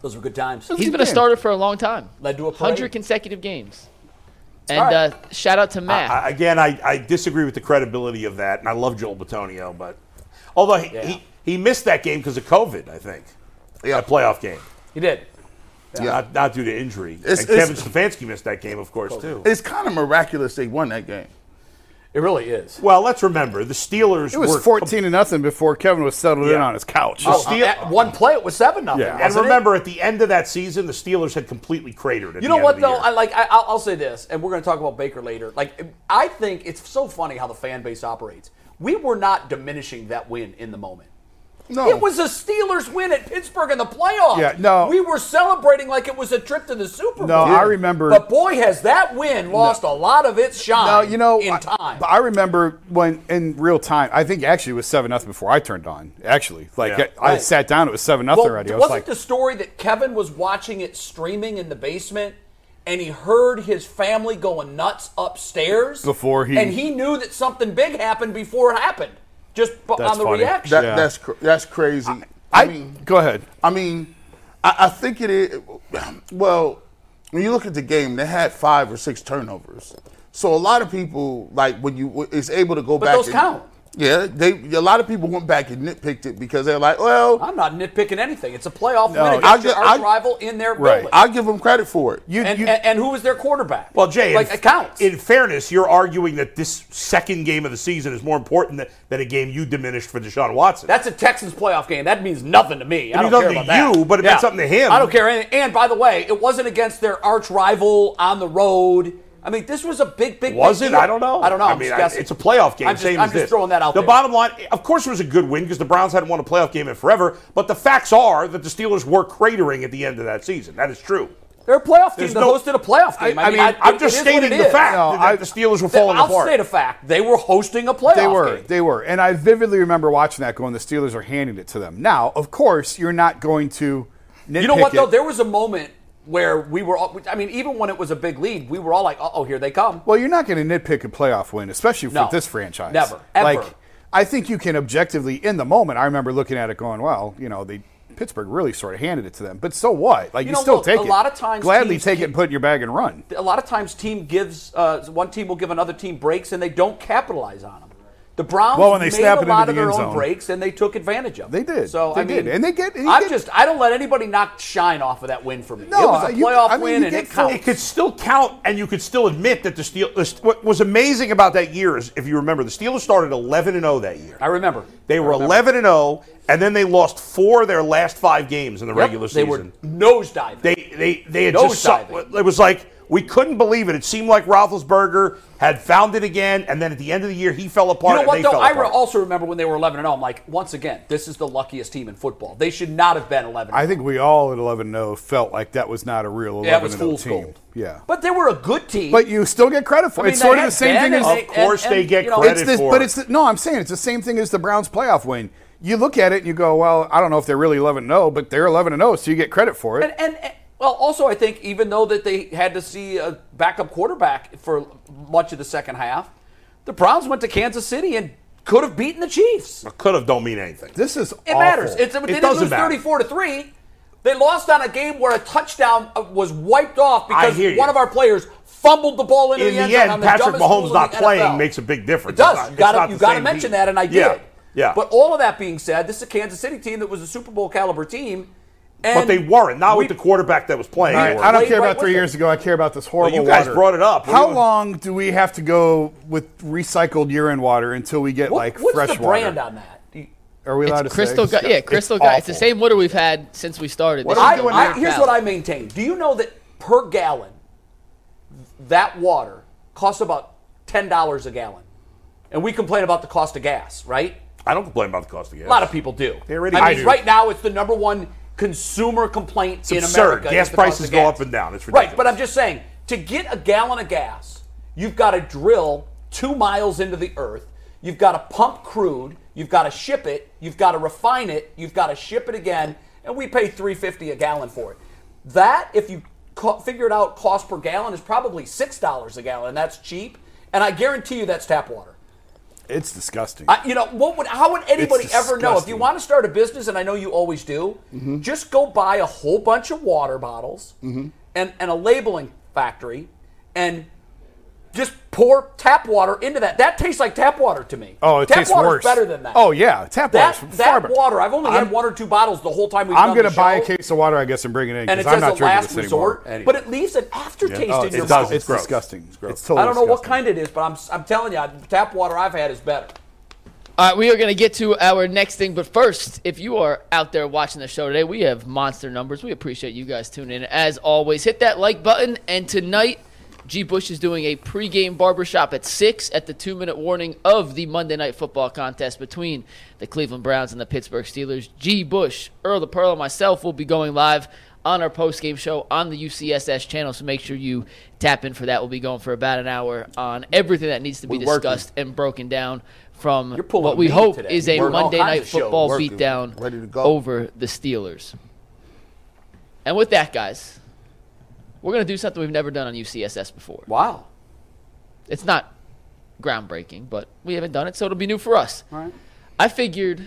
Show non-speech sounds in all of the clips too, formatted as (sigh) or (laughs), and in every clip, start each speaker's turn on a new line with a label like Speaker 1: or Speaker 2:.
Speaker 1: Those were good times.
Speaker 2: He's been a starter for a long time.
Speaker 1: Led to a parade.
Speaker 2: 100 consecutive games. And
Speaker 1: right.
Speaker 2: uh, shout out to Matt.
Speaker 3: I, again, I, I disagree with the credibility of that, and I love Joel Batonio, but although he, he, he missed that game because of COVID, I think.
Speaker 4: Yeah.
Speaker 3: That playoff game.
Speaker 1: He did.
Speaker 4: Yeah.
Speaker 3: Not, not due to injury.
Speaker 4: It's-
Speaker 3: and Kevin
Speaker 4: it's-
Speaker 3: Stefanski missed that game, of course, too.
Speaker 4: It's kind of miraculous they won that game.
Speaker 1: It really is.
Speaker 3: well, let's remember the Steelers
Speaker 4: It was
Speaker 3: were
Speaker 4: 14 to nothing before Kevin was settled in
Speaker 3: Yeah.
Speaker 4: on his couch.
Speaker 3: The
Speaker 1: Oh,
Speaker 3: Steel-
Speaker 1: at one play, it was seven nothing.
Speaker 3: Yeah. And remember, at the end of that season, the Steelers had completely cratered. At
Speaker 1: You
Speaker 3: the
Speaker 1: know
Speaker 3: end
Speaker 1: what
Speaker 3: of the
Speaker 1: though?
Speaker 3: year.
Speaker 1: I like. I, I'll, I'll say this, and we're going to talk about Baker later. Like, I think it's so funny how the fan base operates. We were not diminishing that win in the moment.
Speaker 4: no.
Speaker 1: It was a Steelers win at Pittsburgh in the playoffs.
Speaker 4: Yeah, no.
Speaker 1: We were celebrating like it was a trip to the Super Bowl.
Speaker 4: No, I remember-
Speaker 1: But boy, has that win lost a lot of its shine.
Speaker 4: No, you know,
Speaker 1: in
Speaker 4: I-
Speaker 1: time.
Speaker 4: but I, remember when in real time. I think actually it was seven nothing before I turned on. Actually, like
Speaker 3: Yeah.
Speaker 4: I, I
Speaker 1: Right.
Speaker 4: sat down, it was seven nothing already. I was
Speaker 1: wasn't
Speaker 4: like,
Speaker 1: the story that Kevin was watching it streaming in the basement, and he heard his family going nuts upstairs
Speaker 4: Before he-
Speaker 1: and he knew that something big happened before it happened, just bu-
Speaker 4: That's
Speaker 1: on the
Speaker 4: funny.
Speaker 1: reaction.
Speaker 5: That,
Speaker 4: Yeah.
Speaker 5: That's cr- that's crazy.
Speaker 4: I, go ahead.
Speaker 5: I mean, I, I think it is. Well, when you look at the game, they had five or six turnovers. So a lot of people like when you is able to go
Speaker 1: But
Speaker 5: back.
Speaker 1: those
Speaker 5: and-
Speaker 1: count.
Speaker 5: Yeah, they a lot of people went back and nitpicked it because they're like, well,
Speaker 1: I'm not nitpicking anything. It's a playoff
Speaker 4: No,
Speaker 1: win
Speaker 4: I
Speaker 1: against
Speaker 5: get-
Speaker 1: our
Speaker 5: I-
Speaker 1: rival in their
Speaker 4: Right.
Speaker 1: building.
Speaker 5: I give them credit for it.
Speaker 4: You,
Speaker 1: and,
Speaker 4: you-
Speaker 1: and, and who was their quarterback?
Speaker 3: Well, Jay,
Speaker 1: like
Speaker 3: in,
Speaker 1: it counts.
Speaker 3: in fairness, you're arguing that this second game of the season is more important than, than a game you diminished for Deshaun Watson.
Speaker 1: That's a Texans playoff game. That means nothing to me. I
Speaker 3: means
Speaker 1: don't care
Speaker 3: nothing
Speaker 1: about
Speaker 3: to
Speaker 1: that.
Speaker 3: you, but it meant something to him.
Speaker 1: I don't care. And, and by the way, it wasn't against their arch rival on the road. I mean, this was a big, big.
Speaker 3: was
Speaker 1: big
Speaker 3: it?
Speaker 1: deal.
Speaker 3: I don't know.
Speaker 1: I don't know.
Speaker 3: I
Speaker 1: I'm
Speaker 3: mean,
Speaker 1: just
Speaker 3: I-
Speaker 1: guessing.
Speaker 3: it's a playoff game.
Speaker 1: I'm just,
Speaker 3: same
Speaker 1: I'm
Speaker 3: as
Speaker 1: just
Speaker 3: this.
Speaker 1: throwing that out
Speaker 3: The
Speaker 1: there.
Speaker 3: bottom line, of course, it was a good win because the Browns hadn't won a playoff game in forever. But the facts are that the Steelers were cratering at the end of that season. That is true.
Speaker 1: They're a playoff
Speaker 3: There's
Speaker 1: team that
Speaker 3: no-
Speaker 1: hosted a playoff game.
Speaker 3: I, I mean, I, am
Speaker 1: it- it is
Speaker 3: just
Speaker 1: what
Speaker 3: stating
Speaker 1: it
Speaker 3: the
Speaker 1: is.
Speaker 3: fact
Speaker 4: No,
Speaker 3: that
Speaker 4: I-
Speaker 3: the Steelers were
Speaker 1: Th-
Speaker 3: falling
Speaker 1: I'll
Speaker 3: apart.
Speaker 1: state a fact. They were hosting a playoff
Speaker 4: they were,
Speaker 1: game.
Speaker 4: they were, and I vividly remember watching that. Going, the Steelers are handing it to them. Now, of course, you're not going to. Nitpick
Speaker 1: you know what
Speaker 4: it.
Speaker 1: though? There was a moment where we were. All, I mean, even when it was a big lead, we were all like, "Uh oh, here they come."
Speaker 4: Well, you're not going to nitpick a playoff win, especially
Speaker 1: No.
Speaker 4: with this franchise.
Speaker 1: Never. Ever.
Speaker 4: Like, I think you can objectively, in the moment, I remember looking at it going, well, you know, they Pittsburgh really sort of handed it to them, but so what? Like,
Speaker 1: You
Speaker 4: you,
Speaker 1: know,
Speaker 4: still
Speaker 1: look,
Speaker 4: take
Speaker 1: a
Speaker 4: it.
Speaker 1: lot of times
Speaker 4: gladly
Speaker 1: teams
Speaker 4: take
Speaker 1: keep-
Speaker 4: it and put it in your bag and run.
Speaker 1: a lot of times team gives uh, one team will give another team breaks and they don't capitalize on them. The Browns
Speaker 4: Well, when they
Speaker 1: made
Speaker 4: snap
Speaker 1: a
Speaker 4: it
Speaker 1: lot
Speaker 4: into
Speaker 1: of
Speaker 4: the
Speaker 1: their
Speaker 4: end
Speaker 1: own
Speaker 4: zone.
Speaker 1: breaks and they took advantage of.
Speaker 4: They
Speaker 1: Them.
Speaker 4: did.
Speaker 1: So I
Speaker 4: They
Speaker 1: mean,
Speaker 4: did. And they get- and you
Speaker 1: I'm
Speaker 4: get-
Speaker 1: just I don't let anybody knock shine off of that win for me.
Speaker 4: No,
Speaker 1: it was a
Speaker 4: you-
Speaker 1: playoff
Speaker 4: I mean,
Speaker 1: win
Speaker 4: you
Speaker 1: and
Speaker 4: get
Speaker 1: it counts.
Speaker 3: it could still count, and you could still admit that the Steelers. What was amazing about that year is, if you remember, the Steelers started 11 and 0 that year.
Speaker 1: I remember.
Speaker 3: They were
Speaker 1: I remember.
Speaker 3: 11 and 0, and then they lost four of their last five games in the
Speaker 1: Yep,
Speaker 3: regular
Speaker 1: They
Speaker 3: season.
Speaker 1: were nosediving.
Speaker 3: they they they had
Speaker 1: Nose
Speaker 3: just sucked.
Speaker 1: diving.
Speaker 3: It was like we couldn't believe it. It seemed like Roethlisberger had found it again, and then at the end of the year, he fell apart.
Speaker 1: you know
Speaker 3: and
Speaker 1: what
Speaker 3: they
Speaker 1: though?
Speaker 3: fell
Speaker 1: I re-
Speaker 3: apart.
Speaker 1: also remember when they were 11 and 0. I'm like, once again, this is the luckiest team in football. They should not have been 11.
Speaker 4: I think we all at 11 0 felt like that was not a real 11
Speaker 1: yeah, it was
Speaker 4: 0
Speaker 1: fool's
Speaker 4: team.
Speaker 1: gold.
Speaker 4: Yeah.
Speaker 1: but they were a good team.
Speaker 4: But you still get credit for
Speaker 1: I
Speaker 4: it.
Speaker 1: mean,
Speaker 4: It's
Speaker 1: they
Speaker 4: sort of
Speaker 1: had
Speaker 4: the same
Speaker 1: Ben
Speaker 4: thing
Speaker 1: and
Speaker 4: as.
Speaker 1: they-
Speaker 3: Of course they get
Speaker 1: you know,
Speaker 3: credit.
Speaker 4: it's this,
Speaker 3: for
Speaker 4: but
Speaker 3: it.
Speaker 4: it's the, no. I'm saying it's the same thing as the Browns playoff win. You look at it and you go, well, I don't know if they're really 11 0, but they're 11 0, so you get credit for it.
Speaker 1: And, and, and- well, also I think even though that they had to see a backup quarterback for much of the second half, the Browns went to Kansas City and could have beaten the Chiefs. It
Speaker 3: could have don't mean anything.
Speaker 4: This is it
Speaker 1: matters. It's, they didn't
Speaker 3: doesn't
Speaker 1: lose
Speaker 3: matter.
Speaker 1: thirty-four to three. They lost on a game where a touchdown uh, was wiped off because
Speaker 3: hear you.
Speaker 1: one of our players fumbled the ball into
Speaker 3: in
Speaker 1: the end
Speaker 3: the
Speaker 1: zone on
Speaker 3: end,
Speaker 1: the
Speaker 3: Patrick
Speaker 1: dumbest rule
Speaker 3: Mahomes
Speaker 1: in
Speaker 3: not
Speaker 1: the
Speaker 3: playing
Speaker 1: NFL.
Speaker 3: makes a big
Speaker 1: It
Speaker 3: difference.
Speaker 1: does. you
Speaker 3: It's not- it's not
Speaker 1: got to you
Speaker 3: the
Speaker 1: got to
Speaker 3: same
Speaker 1: mention
Speaker 3: team.
Speaker 1: that, and I did.
Speaker 3: Yeah, yeah.
Speaker 1: But all of that being said, this is a Kansas City team that was a Super Bowl caliber team. And
Speaker 3: but they weren't. Not with
Speaker 1: we-
Speaker 3: the quarterback that was playing.
Speaker 4: All
Speaker 3: they
Speaker 4: right,
Speaker 3: weren't.
Speaker 4: I don't
Speaker 1: Right,
Speaker 4: care
Speaker 1: right
Speaker 4: about three
Speaker 1: with
Speaker 4: years ago. I care about this horrible.
Speaker 3: you guys
Speaker 4: water.
Speaker 3: brought it up. What do
Speaker 4: How
Speaker 3: you-
Speaker 4: long do we have to go with recycled urine water until we get
Speaker 1: What-
Speaker 4: like
Speaker 1: what's
Speaker 4: fresh
Speaker 1: the brand
Speaker 4: water?
Speaker 1: on that?
Speaker 4: Are we allowed
Speaker 2: It's
Speaker 4: to
Speaker 2: crystal
Speaker 4: say?
Speaker 2: Gu- yeah, crystal Gu- It's the
Speaker 4: awful.
Speaker 2: same water we've had since we started. This
Speaker 1: I,
Speaker 2: is the
Speaker 1: I,
Speaker 2: third
Speaker 1: here's
Speaker 2: pallet.
Speaker 1: what I maintain. Do you know that per gallon, that water costs about ten dollars a gallon, and we complain about the cost of gas, right?
Speaker 3: I don't complain about the cost of gas.
Speaker 1: A lot of people do.
Speaker 3: They're idiots.
Speaker 1: I
Speaker 3: I
Speaker 1: mean,
Speaker 3: do.
Speaker 1: right now it's the number one consumer complaint in
Speaker 3: absurd.
Speaker 1: America.
Speaker 3: Gas
Speaker 1: is the cost
Speaker 3: prices
Speaker 1: of
Speaker 3: go
Speaker 1: gas.
Speaker 3: up and down. It's
Speaker 1: Right, but
Speaker 3: ridiculous.
Speaker 1: I'm just saying, to get a gallon of gas, you've got to drill two miles into the earth. You've got to pump crude. You've got to ship it. You've got to refine it. You've got to ship it again, and we pay 3.50 a gallon for it. That, if you co- figure it out, cost per gallon is probably six dollars a gallon. That's cheap, and I guarantee you that's tap water.
Speaker 4: It's disgusting.
Speaker 1: I, you know what would how would anybody
Speaker 4: It's
Speaker 1: ever know if you
Speaker 4: disgusting. Mm-hmm.
Speaker 1: want to start a business and i know you always do just go buy a whole bunch of water bottles and, and a labeling factory and just pour tap water into that that tastes like tap water to me
Speaker 4: oh, it
Speaker 1: tap
Speaker 4: tastes
Speaker 1: water's
Speaker 4: worse.
Speaker 1: better than that
Speaker 4: Oh yeah, tap
Speaker 1: that,
Speaker 4: water's far
Speaker 1: that
Speaker 4: better.
Speaker 1: water i've only
Speaker 4: I'm-
Speaker 1: had one or two bottles the whole time we've
Speaker 4: I'm
Speaker 1: done the
Speaker 4: gonna buy a
Speaker 1: show,
Speaker 4: case of water, I guess, and bring it
Speaker 1: and
Speaker 4: in
Speaker 1: it
Speaker 4: because I'm
Speaker 1: says
Speaker 4: not
Speaker 1: a
Speaker 4: drinking
Speaker 1: last
Speaker 4: this anymore. Oh,
Speaker 1: resort but it leaves an aftertaste in your mouth
Speaker 4: it's
Speaker 3: gross.
Speaker 4: disgusting. Oh, It's,
Speaker 3: gross.
Speaker 4: totally
Speaker 1: i don't know what
Speaker 4: disgusting.
Speaker 1: kind it is but i'm, I'm telling you tap water i've had is better
Speaker 2: All right, we are going to get to our next thing, but first, if you are out there watching the show today, we have monster numbers. We appreciate you guys tuning in. As always, hit that like button. And tonight, G. Bush is doing a pregame barbershop at 6 at the two minute warning of the Monday Night Football contest between the Cleveland Browns and the Pittsburgh Steelers. G. Bush, Earl the Pearl, and myself will be going live on our post game show on the UCSS channel, so make sure you tap in for that. We'll be going for about an hour on everything that needs to be
Speaker 5: We're working.
Speaker 2: discussed and broken down from
Speaker 1: You're pulling
Speaker 2: Um, what we
Speaker 1: me
Speaker 2: hope
Speaker 1: today.
Speaker 2: is a
Speaker 1: Working all
Speaker 2: Monday
Speaker 1: kinds
Speaker 2: Night
Speaker 1: of shows.
Speaker 2: Football
Speaker 5: Working.
Speaker 2: beatdown
Speaker 5: Ready to go.
Speaker 2: over the Steelers. And with that, guys, we're going to do something we've never done on UCSS before.
Speaker 1: wow
Speaker 2: It's not groundbreaking, but we haven't done it, so it'll be new for us.
Speaker 1: right.
Speaker 2: I figured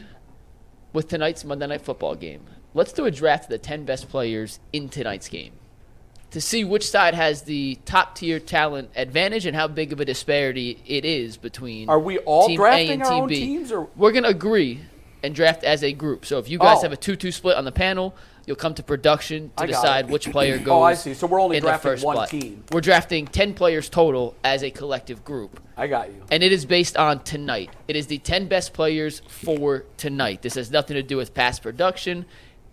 Speaker 2: with tonight's Monday Night Football game, let's do a draft of the 10 best players in tonight's game to see which side has the top tier talent advantage and how big of a disparity it is between
Speaker 1: Are we all
Speaker 2: team
Speaker 1: drafting
Speaker 2: A and
Speaker 1: our
Speaker 2: team
Speaker 1: own
Speaker 2: B.
Speaker 1: teams, or-
Speaker 2: We're going to agree and draft as a group. So if you guys
Speaker 1: Oh.
Speaker 2: have a 2 2 split on the panel, you'll come to production to
Speaker 1: I got
Speaker 2: decide
Speaker 1: it.
Speaker 2: which player goes.
Speaker 1: Oh, I see. So we're only
Speaker 2: in
Speaker 1: drafting
Speaker 2: the first
Speaker 1: one
Speaker 2: spot.
Speaker 1: team.
Speaker 2: We're drafting 10 players total as a collective group
Speaker 1: i got you
Speaker 2: and it is based on tonight. It is the 10 best players for tonight. This has nothing to do with past production.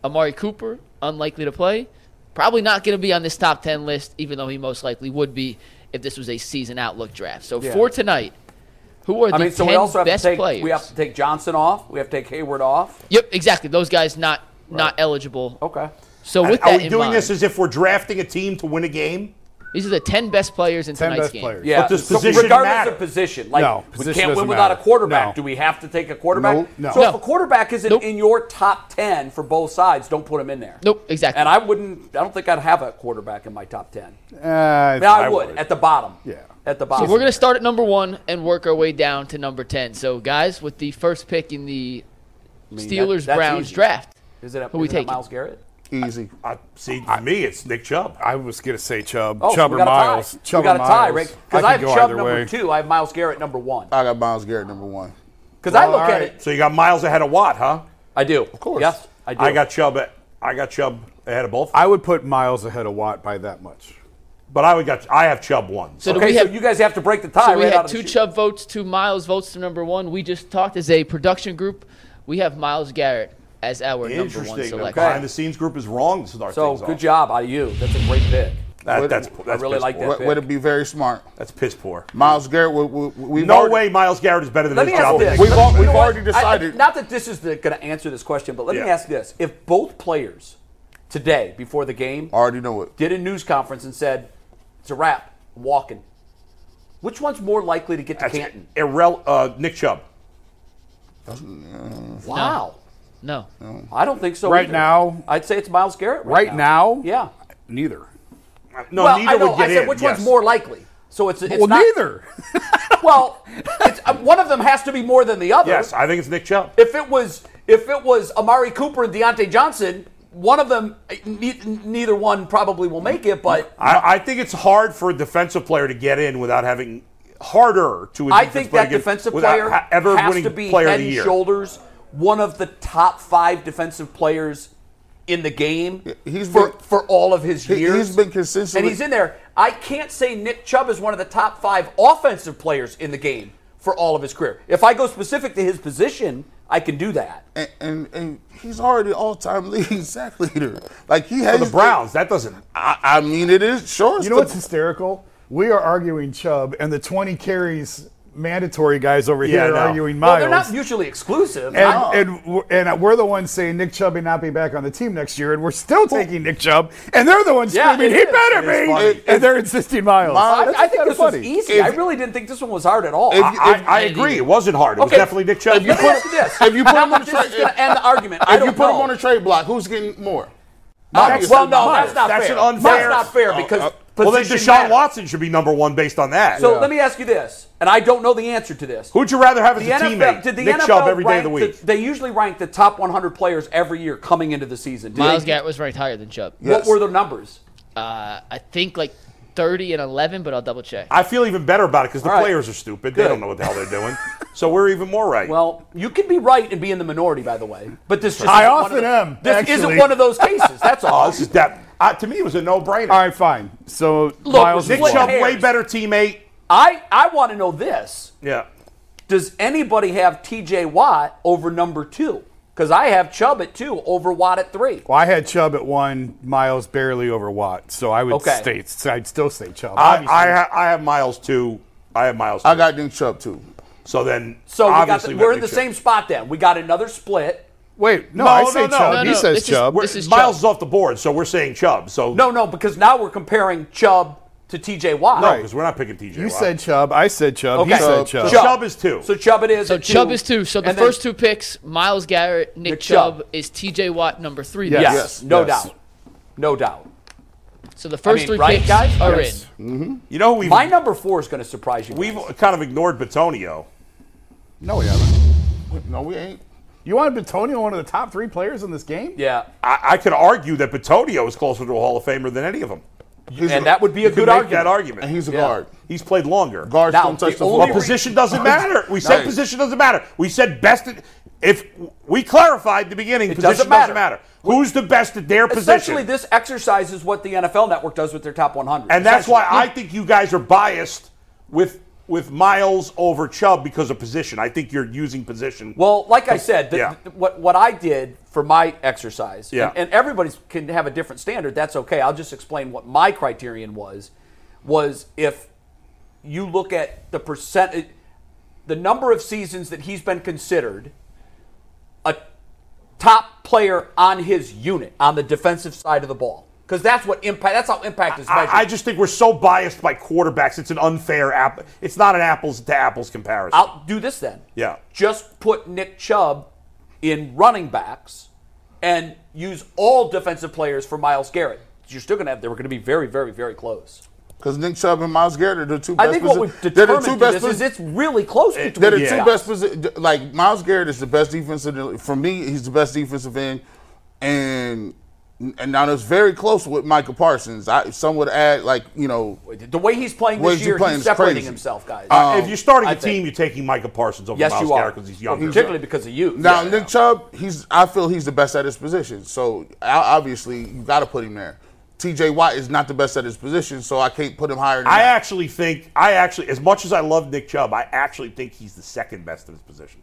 Speaker 2: Amari Cooper, unlikely to play. Probably not going to be on this top 10 list, even though he most likely would be if this was a season outlook draft. So
Speaker 1: Yeah.
Speaker 2: for tonight, who are the
Speaker 1: I mean, so
Speaker 2: 10
Speaker 1: we also have to
Speaker 2: best
Speaker 1: take
Speaker 2: players?
Speaker 1: we have to take Johnson off. We have to take Hayward off.
Speaker 2: yep, exactly. Those guys not not eligible.
Speaker 1: Okay.
Speaker 2: So with
Speaker 3: Are
Speaker 2: that
Speaker 3: we
Speaker 2: in
Speaker 3: doing
Speaker 2: mind,
Speaker 3: this as if we're drafting a team to win a game?
Speaker 2: these are the 10 best players in
Speaker 4: 10
Speaker 2: tonight's
Speaker 4: best
Speaker 2: game.
Speaker 4: players.
Speaker 1: Yeah.
Speaker 3: But does
Speaker 1: so
Speaker 3: position
Speaker 1: regardless
Speaker 3: matter?
Speaker 1: of position, like
Speaker 4: No,
Speaker 1: we
Speaker 4: position
Speaker 1: can't win
Speaker 4: doesn't
Speaker 1: without
Speaker 4: matter.
Speaker 1: a quarterback.
Speaker 4: No.
Speaker 1: Do we have to take a quarterback?
Speaker 4: No, no.
Speaker 1: So if
Speaker 2: No.
Speaker 1: a quarterback isn't
Speaker 2: Nope.
Speaker 1: in your top ten for both sides, don't put him in there.
Speaker 2: Nope, exactly.
Speaker 1: And I wouldn't. I don't think I'd have a quarterback in my top ten.
Speaker 4: Uh,
Speaker 1: Now, I, would, at the bottom.
Speaker 4: Yeah.
Speaker 1: At the bottom.
Speaker 2: So we're going to start at number one and work our way down to number 10. So, guys, with the first pick in the
Speaker 1: mean, that-
Speaker 2: Steelers
Speaker 1: that's
Speaker 2: Browns
Speaker 1: easy.
Speaker 2: draft,
Speaker 1: Is it, up,
Speaker 2: Who we
Speaker 1: is it up
Speaker 2: taking?
Speaker 1: Miles Garrett?
Speaker 5: Easy.
Speaker 3: Uh, see, for me, it's Nick Chubb.
Speaker 4: I was gonna say Chubb,
Speaker 1: Oh, so
Speaker 4: Chubb
Speaker 1: we
Speaker 4: or
Speaker 1: got a tie.
Speaker 4: Miles.
Speaker 1: we
Speaker 4: Chubb
Speaker 1: got
Speaker 4: or
Speaker 1: a tie,
Speaker 4: Miles.
Speaker 1: right?
Speaker 4: I
Speaker 1: Because I,
Speaker 4: could go
Speaker 1: have Chubb
Speaker 4: either
Speaker 1: number
Speaker 4: way.
Speaker 1: two. I have Miles Garrett number one.
Speaker 5: I got Miles Garrett number one.
Speaker 1: Because I
Speaker 4: Well,
Speaker 1: look
Speaker 4: all
Speaker 1: at
Speaker 4: right.
Speaker 1: it.
Speaker 3: So you got Miles ahead of Watt, huh?
Speaker 1: I do. Of
Speaker 5: course.
Speaker 1: Yes, I do.
Speaker 3: I got Chubb. at- I got Chubb ahead of both.
Speaker 4: I would put Miles ahead of Watt by that much.
Speaker 3: but I would got. I have Chubb one.
Speaker 2: so do
Speaker 1: Okay,
Speaker 2: we
Speaker 1: so
Speaker 2: have,
Speaker 1: you guys have to break the tie
Speaker 2: so we
Speaker 1: right
Speaker 2: had
Speaker 1: out of
Speaker 2: two
Speaker 1: the chute.
Speaker 2: Chubb votes, two Miles votes to number one. We just talked as a production group. We have Miles Garrett as our number one
Speaker 3: Interesting. The
Speaker 2: selection.
Speaker 3: behind the scenes group is wrong to start
Speaker 1: So
Speaker 3: things
Speaker 1: good
Speaker 3: off.
Speaker 1: job out of you. That's a great pick.
Speaker 3: That, that's,
Speaker 5: I
Speaker 3: that's
Speaker 1: really
Speaker 3: piss
Speaker 1: like
Speaker 3: poor.
Speaker 1: that.
Speaker 5: Way, way to be very smart.
Speaker 3: That's piss poor.
Speaker 5: Miles Garrett, we, we, we've
Speaker 3: No
Speaker 5: already-
Speaker 3: way Miles Garrett is better than
Speaker 1: Let
Speaker 3: Nick
Speaker 1: me ask
Speaker 3: Chubb.
Speaker 1: this.
Speaker 5: We've al-
Speaker 1: You know
Speaker 5: we've
Speaker 1: what?
Speaker 5: already
Speaker 1: I-
Speaker 5: decided.
Speaker 1: I, not that this is going to answer this question, but let me
Speaker 3: Yeah.
Speaker 1: ask this: If both players today, before the game,
Speaker 5: Already know it.
Speaker 1: did a news conference and said, "It's a wrap, I'm walking," which one's more likely to get to
Speaker 3: That's
Speaker 1: Canton?
Speaker 3: irrel- uh, Nick Chubb.
Speaker 1: Wow,
Speaker 2: No.
Speaker 1: I don't think so.
Speaker 4: Right
Speaker 1: either.
Speaker 4: now-
Speaker 1: I'd say it's Miles Garrett. Right,
Speaker 4: Right now,
Speaker 1: yeah.
Speaker 4: neither.
Speaker 3: No,
Speaker 1: well,
Speaker 3: neither
Speaker 1: I know.
Speaker 3: would get
Speaker 1: I said
Speaker 3: in.
Speaker 1: which
Speaker 3: yes.
Speaker 1: one's more likely. So it's, it's
Speaker 4: well,
Speaker 1: not,
Speaker 4: neither.
Speaker 1: (laughs) Well, it's, uh, one of them has to be more than the other.
Speaker 3: Yes, I think it's Nick Chubb.
Speaker 1: if it was if it was Amari Cooper and Deontay Johnson, one of them, ne- neither one probably will make it. But
Speaker 3: I, I think it's hard for a defensive player to get in without having harder to. A
Speaker 1: I
Speaker 3: defensive
Speaker 1: think
Speaker 3: player
Speaker 1: that
Speaker 3: to get in
Speaker 1: defensive
Speaker 3: without
Speaker 1: player
Speaker 3: ha- ever
Speaker 1: has
Speaker 3: winning
Speaker 1: to be
Speaker 3: player
Speaker 1: head
Speaker 3: of the
Speaker 1: and
Speaker 3: year.
Speaker 1: shoulders one of the top five defensive players in the game
Speaker 5: he's
Speaker 1: for,
Speaker 5: been-
Speaker 1: for all of his
Speaker 5: he-
Speaker 1: years.
Speaker 5: he's been
Speaker 1: and
Speaker 5: consistently-
Speaker 1: he's in there. I can't say Nick Chubb is one of the top five offensive players in the game for all of his career. If I go specific to his position, I can do that.
Speaker 5: And, and, and he's already all time (laughs) leading sack leader. Like he has
Speaker 3: For the Browns, that doesn't.
Speaker 5: I, I mean, it is sure. it's
Speaker 4: You know
Speaker 5: the-
Speaker 4: what's hysterical? We are arguing Chubb and the 20 carries mandatory guys over
Speaker 3: Yeah, I
Speaker 4: here
Speaker 3: know.
Speaker 4: arguing
Speaker 1: Well,
Speaker 4: miles.
Speaker 1: they're not mutually exclusive.
Speaker 4: and,
Speaker 1: I-
Speaker 4: and we're- and we're the ones saying Nick Chubb may not be back on the team next year, and we're still taking Nick Chubb, and they're the ones
Speaker 1: Yeah,
Speaker 4: screaming,
Speaker 1: it
Speaker 4: "He
Speaker 1: is.
Speaker 4: better
Speaker 3: It is
Speaker 4: be!"
Speaker 3: funny.
Speaker 4: and they're insisting miles.
Speaker 5: Miles-
Speaker 1: I,
Speaker 4: Oh, That's
Speaker 1: I think
Speaker 4: kinda
Speaker 1: this
Speaker 4: funny.
Speaker 1: was easy.
Speaker 5: If-
Speaker 1: I really didn't think this one was hard at all.
Speaker 5: If-
Speaker 1: I-
Speaker 3: I, I agree. It wasn't hard. It was
Speaker 1: Okay.
Speaker 3: definitely Nick Chubb.
Speaker 5: If you
Speaker 1: Let me
Speaker 5: put-
Speaker 1: ask you this.
Speaker 5: if you put
Speaker 1: Now
Speaker 5: him on the
Speaker 1: this is
Speaker 5: trade-
Speaker 1: gonna end the argument. I
Speaker 5: If you
Speaker 1: don't
Speaker 5: put
Speaker 1: know.
Speaker 5: him on a trade block, who's getting more?
Speaker 1: Miles. Well, no, that's
Speaker 3: Miles.
Speaker 1: Oh, not
Speaker 3: That's
Speaker 1: fair.
Speaker 3: an unfair- Oh, uh,
Speaker 1: That's not fair because
Speaker 3: well, then
Speaker 1: position
Speaker 3: Deshaun
Speaker 1: matters.
Speaker 3: Watson should be number one based on that.
Speaker 1: So let me ask you this, and I don't know the answer to this.
Speaker 3: Who'd you rather have as
Speaker 1: the
Speaker 3: a
Speaker 1: NFL,
Speaker 3: teammate?
Speaker 1: Did the
Speaker 3: Nick
Speaker 1: NFL
Speaker 3: Chubb every day
Speaker 1: rank
Speaker 3: of the week.
Speaker 1: they usually rank the top 100 players every year coming into the season. Did
Speaker 2: Miles
Speaker 1: they-
Speaker 2: Garrett was ranked higher than Chubb.
Speaker 1: What
Speaker 5: Yes.
Speaker 1: were the numbers?
Speaker 2: Uh, I think like 30 and 11, but I'll double check.
Speaker 3: I feel even better about it because the
Speaker 1: All right.
Speaker 3: players are stupid. They
Speaker 1: Good.
Speaker 3: don't know what the hell they're doing. so we're even more right.
Speaker 1: Well, you can be right and be in the minority, by the way. But this just
Speaker 4: I
Speaker 1: isn't one of
Speaker 4: often
Speaker 1: the-
Speaker 4: am,
Speaker 1: This isn't
Speaker 4: actually.
Speaker 1: one of those cases. (laughs) That's all.
Speaker 3: oh, this is that. Uh, to me, it was a no-brainer.
Speaker 4: All right, fine. So
Speaker 1: Look,
Speaker 4: Miles
Speaker 1: Nick
Speaker 4: is one.
Speaker 1: Chubb-
Speaker 3: way
Speaker 1: cares?
Speaker 3: better teammate.
Speaker 1: I I want to know this.
Speaker 3: Yeah.
Speaker 1: Does anybody have T.J. Watt over number two? Because I have Chubb at two over Watt at three.
Speaker 4: Well, I had Chubb at one, Miles barely over Watt, so I would
Speaker 1: Okay.
Speaker 4: stay. So I'd still say Chubb.
Speaker 3: I,
Speaker 4: obviously.
Speaker 3: I, ha- I have Miles too. I have Miles. Too.
Speaker 5: I got Nick Chubb too.
Speaker 3: So then,
Speaker 1: So we got
Speaker 3: obviously
Speaker 1: the,
Speaker 3: got
Speaker 1: we're in the
Speaker 3: Nick Chubb.
Speaker 1: same spot then. We got another split.
Speaker 4: Wait, no,
Speaker 3: No,
Speaker 4: I
Speaker 3: no,
Speaker 4: say
Speaker 3: no.
Speaker 4: Chubb.
Speaker 3: No,
Speaker 4: he
Speaker 2: no,
Speaker 4: says
Speaker 2: this is-
Speaker 4: Chubb.
Speaker 2: we're- This is
Speaker 3: Miles
Speaker 2: Chubb.
Speaker 3: is off the board, so we're saying Chubb. So
Speaker 1: No, no, because now we're comparing Chubb to T.J. Watt.
Speaker 3: no, because we're not picking TJ.
Speaker 4: you
Speaker 3: Watt.
Speaker 4: said Chubb. I said Chubb. He
Speaker 1: Okay.
Speaker 4: said
Speaker 5: Chubb.
Speaker 4: Chubb.
Speaker 3: Chubb. is two.
Speaker 1: So Chubb it is.
Speaker 2: So
Speaker 1: at
Speaker 2: Chubb is two. So the
Speaker 1: and then-
Speaker 2: first two picks, Miles Garrett, Nick,
Speaker 1: Nick
Speaker 2: Chubb,
Speaker 1: Chubb.
Speaker 2: is TJ Watt number three.
Speaker 4: Yes.
Speaker 1: Yes,
Speaker 5: Yes,
Speaker 1: no
Speaker 4: yes.
Speaker 1: doubt, no doubt.
Speaker 2: So the first
Speaker 1: mean,
Speaker 2: three
Speaker 1: right,
Speaker 2: picks
Speaker 1: guys?
Speaker 2: are
Speaker 1: Yes.
Speaker 2: in.
Speaker 3: you know who we've
Speaker 1: My number four is going to surprise you.
Speaker 3: we've kind of ignored Batonio.
Speaker 4: No, we haven't.
Speaker 5: No, we ain't.
Speaker 4: You wanted Betonio one of the top three players in this game?
Speaker 1: yeah,
Speaker 3: I, I could argue that Batonio is closer to a Hall of Famer than any of them.
Speaker 5: He's
Speaker 1: and that would be
Speaker 3: You
Speaker 1: a
Speaker 3: could
Speaker 1: good
Speaker 3: make
Speaker 1: argument.
Speaker 3: that argument.
Speaker 5: And he's a
Speaker 1: Yeah.
Speaker 5: guard.
Speaker 3: He's played longer.
Speaker 5: Guards
Speaker 1: Now,
Speaker 5: don't touch
Speaker 1: the
Speaker 5: the
Speaker 1: only
Speaker 5: football.
Speaker 3: Well, position doesn't matter. We said
Speaker 5: Nice.
Speaker 3: position doesn't matter. We said best. At, if we clarified at the beginning,
Speaker 1: It
Speaker 3: position
Speaker 1: doesn't
Speaker 3: doesn't
Speaker 1: matter.
Speaker 3: matter. Who's the best at their
Speaker 1: Essentially,
Speaker 3: position?
Speaker 1: this exercise is what the NFL Network does with their top 100.
Speaker 3: and that's why
Speaker 1: Essentially.
Speaker 3: I think you guys are biased with with Miles over Chubb because of position. I think you're using position.
Speaker 1: Well, like I said, the,
Speaker 3: Yeah.
Speaker 1: the- what what I did for my exercise,
Speaker 3: Yeah.
Speaker 1: and, and everybody can have a different standard. That's okay. I'll just explain what my criterion was. Was if you look at the percent, the number of seasons that he's been considered a top player on his unit on the defensive side of the ball, because that's what impact. That's how impact is measured.
Speaker 3: I, I just think we're so biased by quarterbacks. It's an unfair app. It's not an apples to apples comparison.
Speaker 1: I'll do this then.
Speaker 3: Yeah.
Speaker 1: Just put Nick Chubb in running backs and use all defensive players for Miles Garrett. You're still going to have, they were going to be very, very, very close.
Speaker 5: Because Nick Chubb and Miles Garrett are the two best.
Speaker 1: I think what
Speaker 5: posi-
Speaker 1: we've
Speaker 5: they're the
Speaker 1: determined
Speaker 5: two
Speaker 1: through
Speaker 5: best
Speaker 1: this
Speaker 5: posi-
Speaker 1: is it's really close
Speaker 5: They're
Speaker 1: between
Speaker 5: the
Speaker 1: these
Speaker 5: two
Speaker 1: guys.
Speaker 5: best positions. Like Miles Garrett is the best defensive. For me, he's the best defensive end, and and now it's very close with Michael Parsons. I, some would add like you know
Speaker 1: The way he's playing
Speaker 5: Way
Speaker 1: this
Speaker 5: he's
Speaker 1: year,
Speaker 5: playing
Speaker 1: he's
Speaker 5: is
Speaker 1: separating
Speaker 5: crazy. Um,
Speaker 1: himself, guys.
Speaker 3: if you're starting a
Speaker 1: I
Speaker 3: team,
Speaker 1: think-
Speaker 3: you're taking Michael Parsons over
Speaker 1: yes,
Speaker 3: Miles
Speaker 1: you are.
Speaker 3: Garrett because he's younger.
Speaker 1: Particularly because of you.
Speaker 5: Now
Speaker 1: Yeah.
Speaker 5: Nick Chubb, he's I feel he's the best at his position. So o- obviously you got to put him there. T.J. Watt is not the best at his position, so I can't put him higher. Than
Speaker 3: I
Speaker 5: that.
Speaker 3: actually think I actually, as much as I love Nick Chubb, I actually think he's the second best at his position.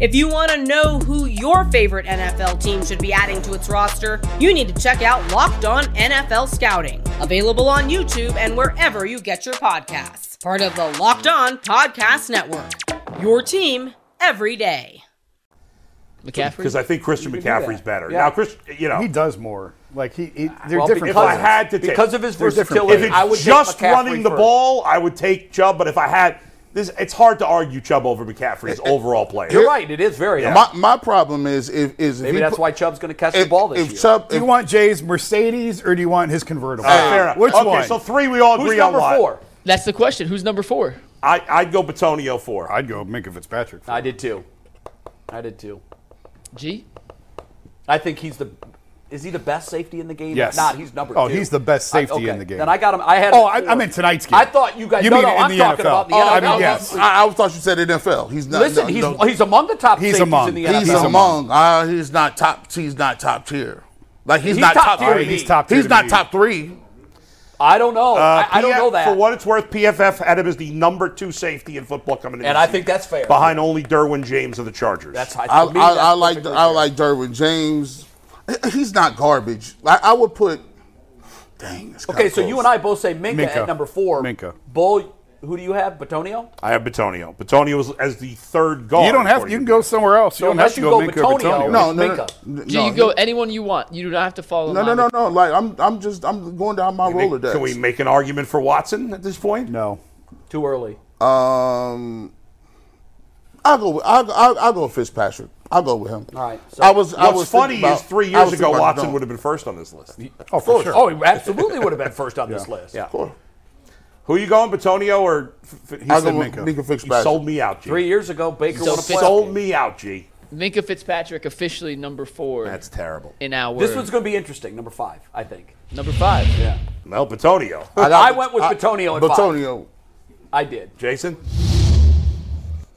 Speaker 6: If you want to know who your favorite NFL team should be adding to its roster, you need to check out Locked On NFL Scouting, available on YouTube and wherever you get your podcasts. Part of the Locked On Podcast Network. Your team every day.
Speaker 2: McCaffrey.
Speaker 3: Because I think Christian
Speaker 1: do that.
Speaker 3: McCaffrey's better.
Speaker 1: Yeah.
Speaker 3: Now, Chris, you know,
Speaker 4: He does more. Like he, he
Speaker 1: Uh,
Speaker 4: they're
Speaker 1: Well,
Speaker 4: different.
Speaker 3: if I
Speaker 4: players.
Speaker 3: had to take,
Speaker 1: because of his
Speaker 4: They're different
Speaker 1: versatility,
Speaker 3: if it's
Speaker 1: I would take
Speaker 3: just
Speaker 1: McCaffrey
Speaker 3: running the
Speaker 1: first.
Speaker 3: ball, I would take Chubb. But if I had this, it's hard to argue Chubb over
Speaker 1: (laughs)
Speaker 3: McCaffrey's overall player.
Speaker 1: You're right. It is very.
Speaker 5: my my problem is if is if
Speaker 1: Maybe
Speaker 5: he
Speaker 1: that's
Speaker 5: put-
Speaker 1: why Chubb's going to catch
Speaker 5: if,
Speaker 1: the ball this
Speaker 5: if
Speaker 1: year.
Speaker 5: Chubb
Speaker 4: do you
Speaker 5: if-
Speaker 4: want Jay's Mercedes or do you want his convertible?
Speaker 3: Uh, fair enough.
Speaker 4: Which
Speaker 3: okay,
Speaker 4: one?
Speaker 3: so three we all agree
Speaker 1: Who's
Speaker 3: on
Speaker 1: number
Speaker 3: what?
Speaker 1: four?
Speaker 2: That's the question. Who's number four?
Speaker 3: I, I'd go Batonio four.
Speaker 4: I'd go Minka Fitzpatrick.
Speaker 1: I did too. I did too.
Speaker 2: G.
Speaker 1: I think he's the. Is he the best safety in the game?
Speaker 4: Yes.
Speaker 1: If not, he's number
Speaker 4: Oh,
Speaker 1: two.
Speaker 4: he's the best
Speaker 1: I-
Speaker 4: safety in the game.
Speaker 1: Then I got him. I had.
Speaker 4: Oh,
Speaker 1: him
Speaker 4: I-
Speaker 1: four.
Speaker 4: I meant tonight's game.
Speaker 1: I thought you guys.
Speaker 4: You
Speaker 1: no,
Speaker 4: mean
Speaker 1: no,
Speaker 4: in
Speaker 1: I'm
Speaker 4: the
Speaker 1: talking
Speaker 4: NFL.
Speaker 1: about the
Speaker 4: Oh,
Speaker 1: NFL.
Speaker 4: I mean, yes.
Speaker 5: I, I thought you said NFL. He's not.
Speaker 1: Listen,
Speaker 5: no,
Speaker 1: he's
Speaker 5: no.
Speaker 1: he's among the top
Speaker 4: He's
Speaker 1: safeties
Speaker 4: among.
Speaker 1: in the
Speaker 4: He's
Speaker 1: NFL.
Speaker 5: He's among. Uh, he's not top. He's not top tier. Like he's,
Speaker 1: He's
Speaker 5: not
Speaker 1: top
Speaker 5: top,
Speaker 1: tier to
Speaker 5: three.
Speaker 1: me. He's
Speaker 4: top tier
Speaker 5: He's
Speaker 4: to
Speaker 5: not
Speaker 4: me.
Speaker 5: top three.
Speaker 1: I don't
Speaker 4: Uh,
Speaker 1: know. I, I don't
Speaker 3: PF
Speaker 1: know that.
Speaker 3: For what it's worth, PFF had him as the number two safety in football coming in.
Speaker 1: And I think that's fair.
Speaker 3: behind only Derwin James of the Chargers.
Speaker 1: That's I,
Speaker 5: I,
Speaker 1: for me,
Speaker 5: I,
Speaker 1: that's
Speaker 5: I like
Speaker 1: perfectly
Speaker 5: I
Speaker 1: fair.
Speaker 5: like Derwin James. He's not garbage. I, I would put. Dang. That's
Speaker 1: Okay, so you and I both say Minka,
Speaker 4: Minka.
Speaker 1: at number four.
Speaker 4: Minka.
Speaker 1: Bull, who do you have? Batonio?
Speaker 3: I have Batonio. Batonio is as the third guard.
Speaker 4: you don't have.
Speaker 3: according
Speaker 4: You can
Speaker 3: to
Speaker 4: go
Speaker 3: this.
Speaker 4: somewhere else. You
Speaker 1: So
Speaker 4: don't have
Speaker 1: unless
Speaker 4: to
Speaker 1: you
Speaker 4: go
Speaker 1: go
Speaker 4: Minka or
Speaker 1: Batonio-
Speaker 4: Batonio.
Speaker 5: No, no,
Speaker 1: Minka.
Speaker 5: no,
Speaker 2: You
Speaker 5: no,
Speaker 2: can go anyone you want. You do not have to follow.
Speaker 5: No, no,
Speaker 2: mine.
Speaker 5: no, no. Like I'm, I'm just, I'm going down my
Speaker 3: Make-
Speaker 5: roller
Speaker 3: Can we make an argument for Watson at this point?
Speaker 4: No.
Speaker 1: Too early.
Speaker 5: Um, I'll go. With, I'll, I'll, I'll go with Fitzpatrick. I'll go with him.
Speaker 1: All right, so-
Speaker 5: I was. I
Speaker 3: What's
Speaker 5: was
Speaker 3: funny
Speaker 5: thinking about,
Speaker 3: is three
Speaker 5: I
Speaker 3: years
Speaker 5: was
Speaker 3: ago,
Speaker 5: thinking about
Speaker 3: Watson
Speaker 5: Dom.
Speaker 3: would have been first on this list.
Speaker 4: Oh, for sure.
Speaker 1: Oh, he absolutely would have been first on this list.
Speaker 3: Yeah. Who you going, Batonio or F- F- he
Speaker 5: I'll
Speaker 3: said
Speaker 5: go with
Speaker 3: Minka.
Speaker 5: Minka
Speaker 3: You
Speaker 5: Fitzpatrick.
Speaker 3: sold me out, G.
Speaker 1: Three years ago, Baker
Speaker 2: So
Speaker 1: won a
Speaker 2: Fitz-
Speaker 1: playoff
Speaker 3: sold
Speaker 1: game.
Speaker 3: me out, G.
Speaker 2: Minka Fitzpatrick officially number four
Speaker 3: That's terrible.
Speaker 2: in our
Speaker 1: This one's going to be interesting, number five, I think.
Speaker 2: number five.
Speaker 1: Yeah.
Speaker 3: Mel Batonio.
Speaker 5: I,
Speaker 1: I went
Speaker 4: uh,
Speaker 1: with Batonio at five.
Speaker 5: Batonio.
Speaker 1: I did.
Speaker 3: Jason,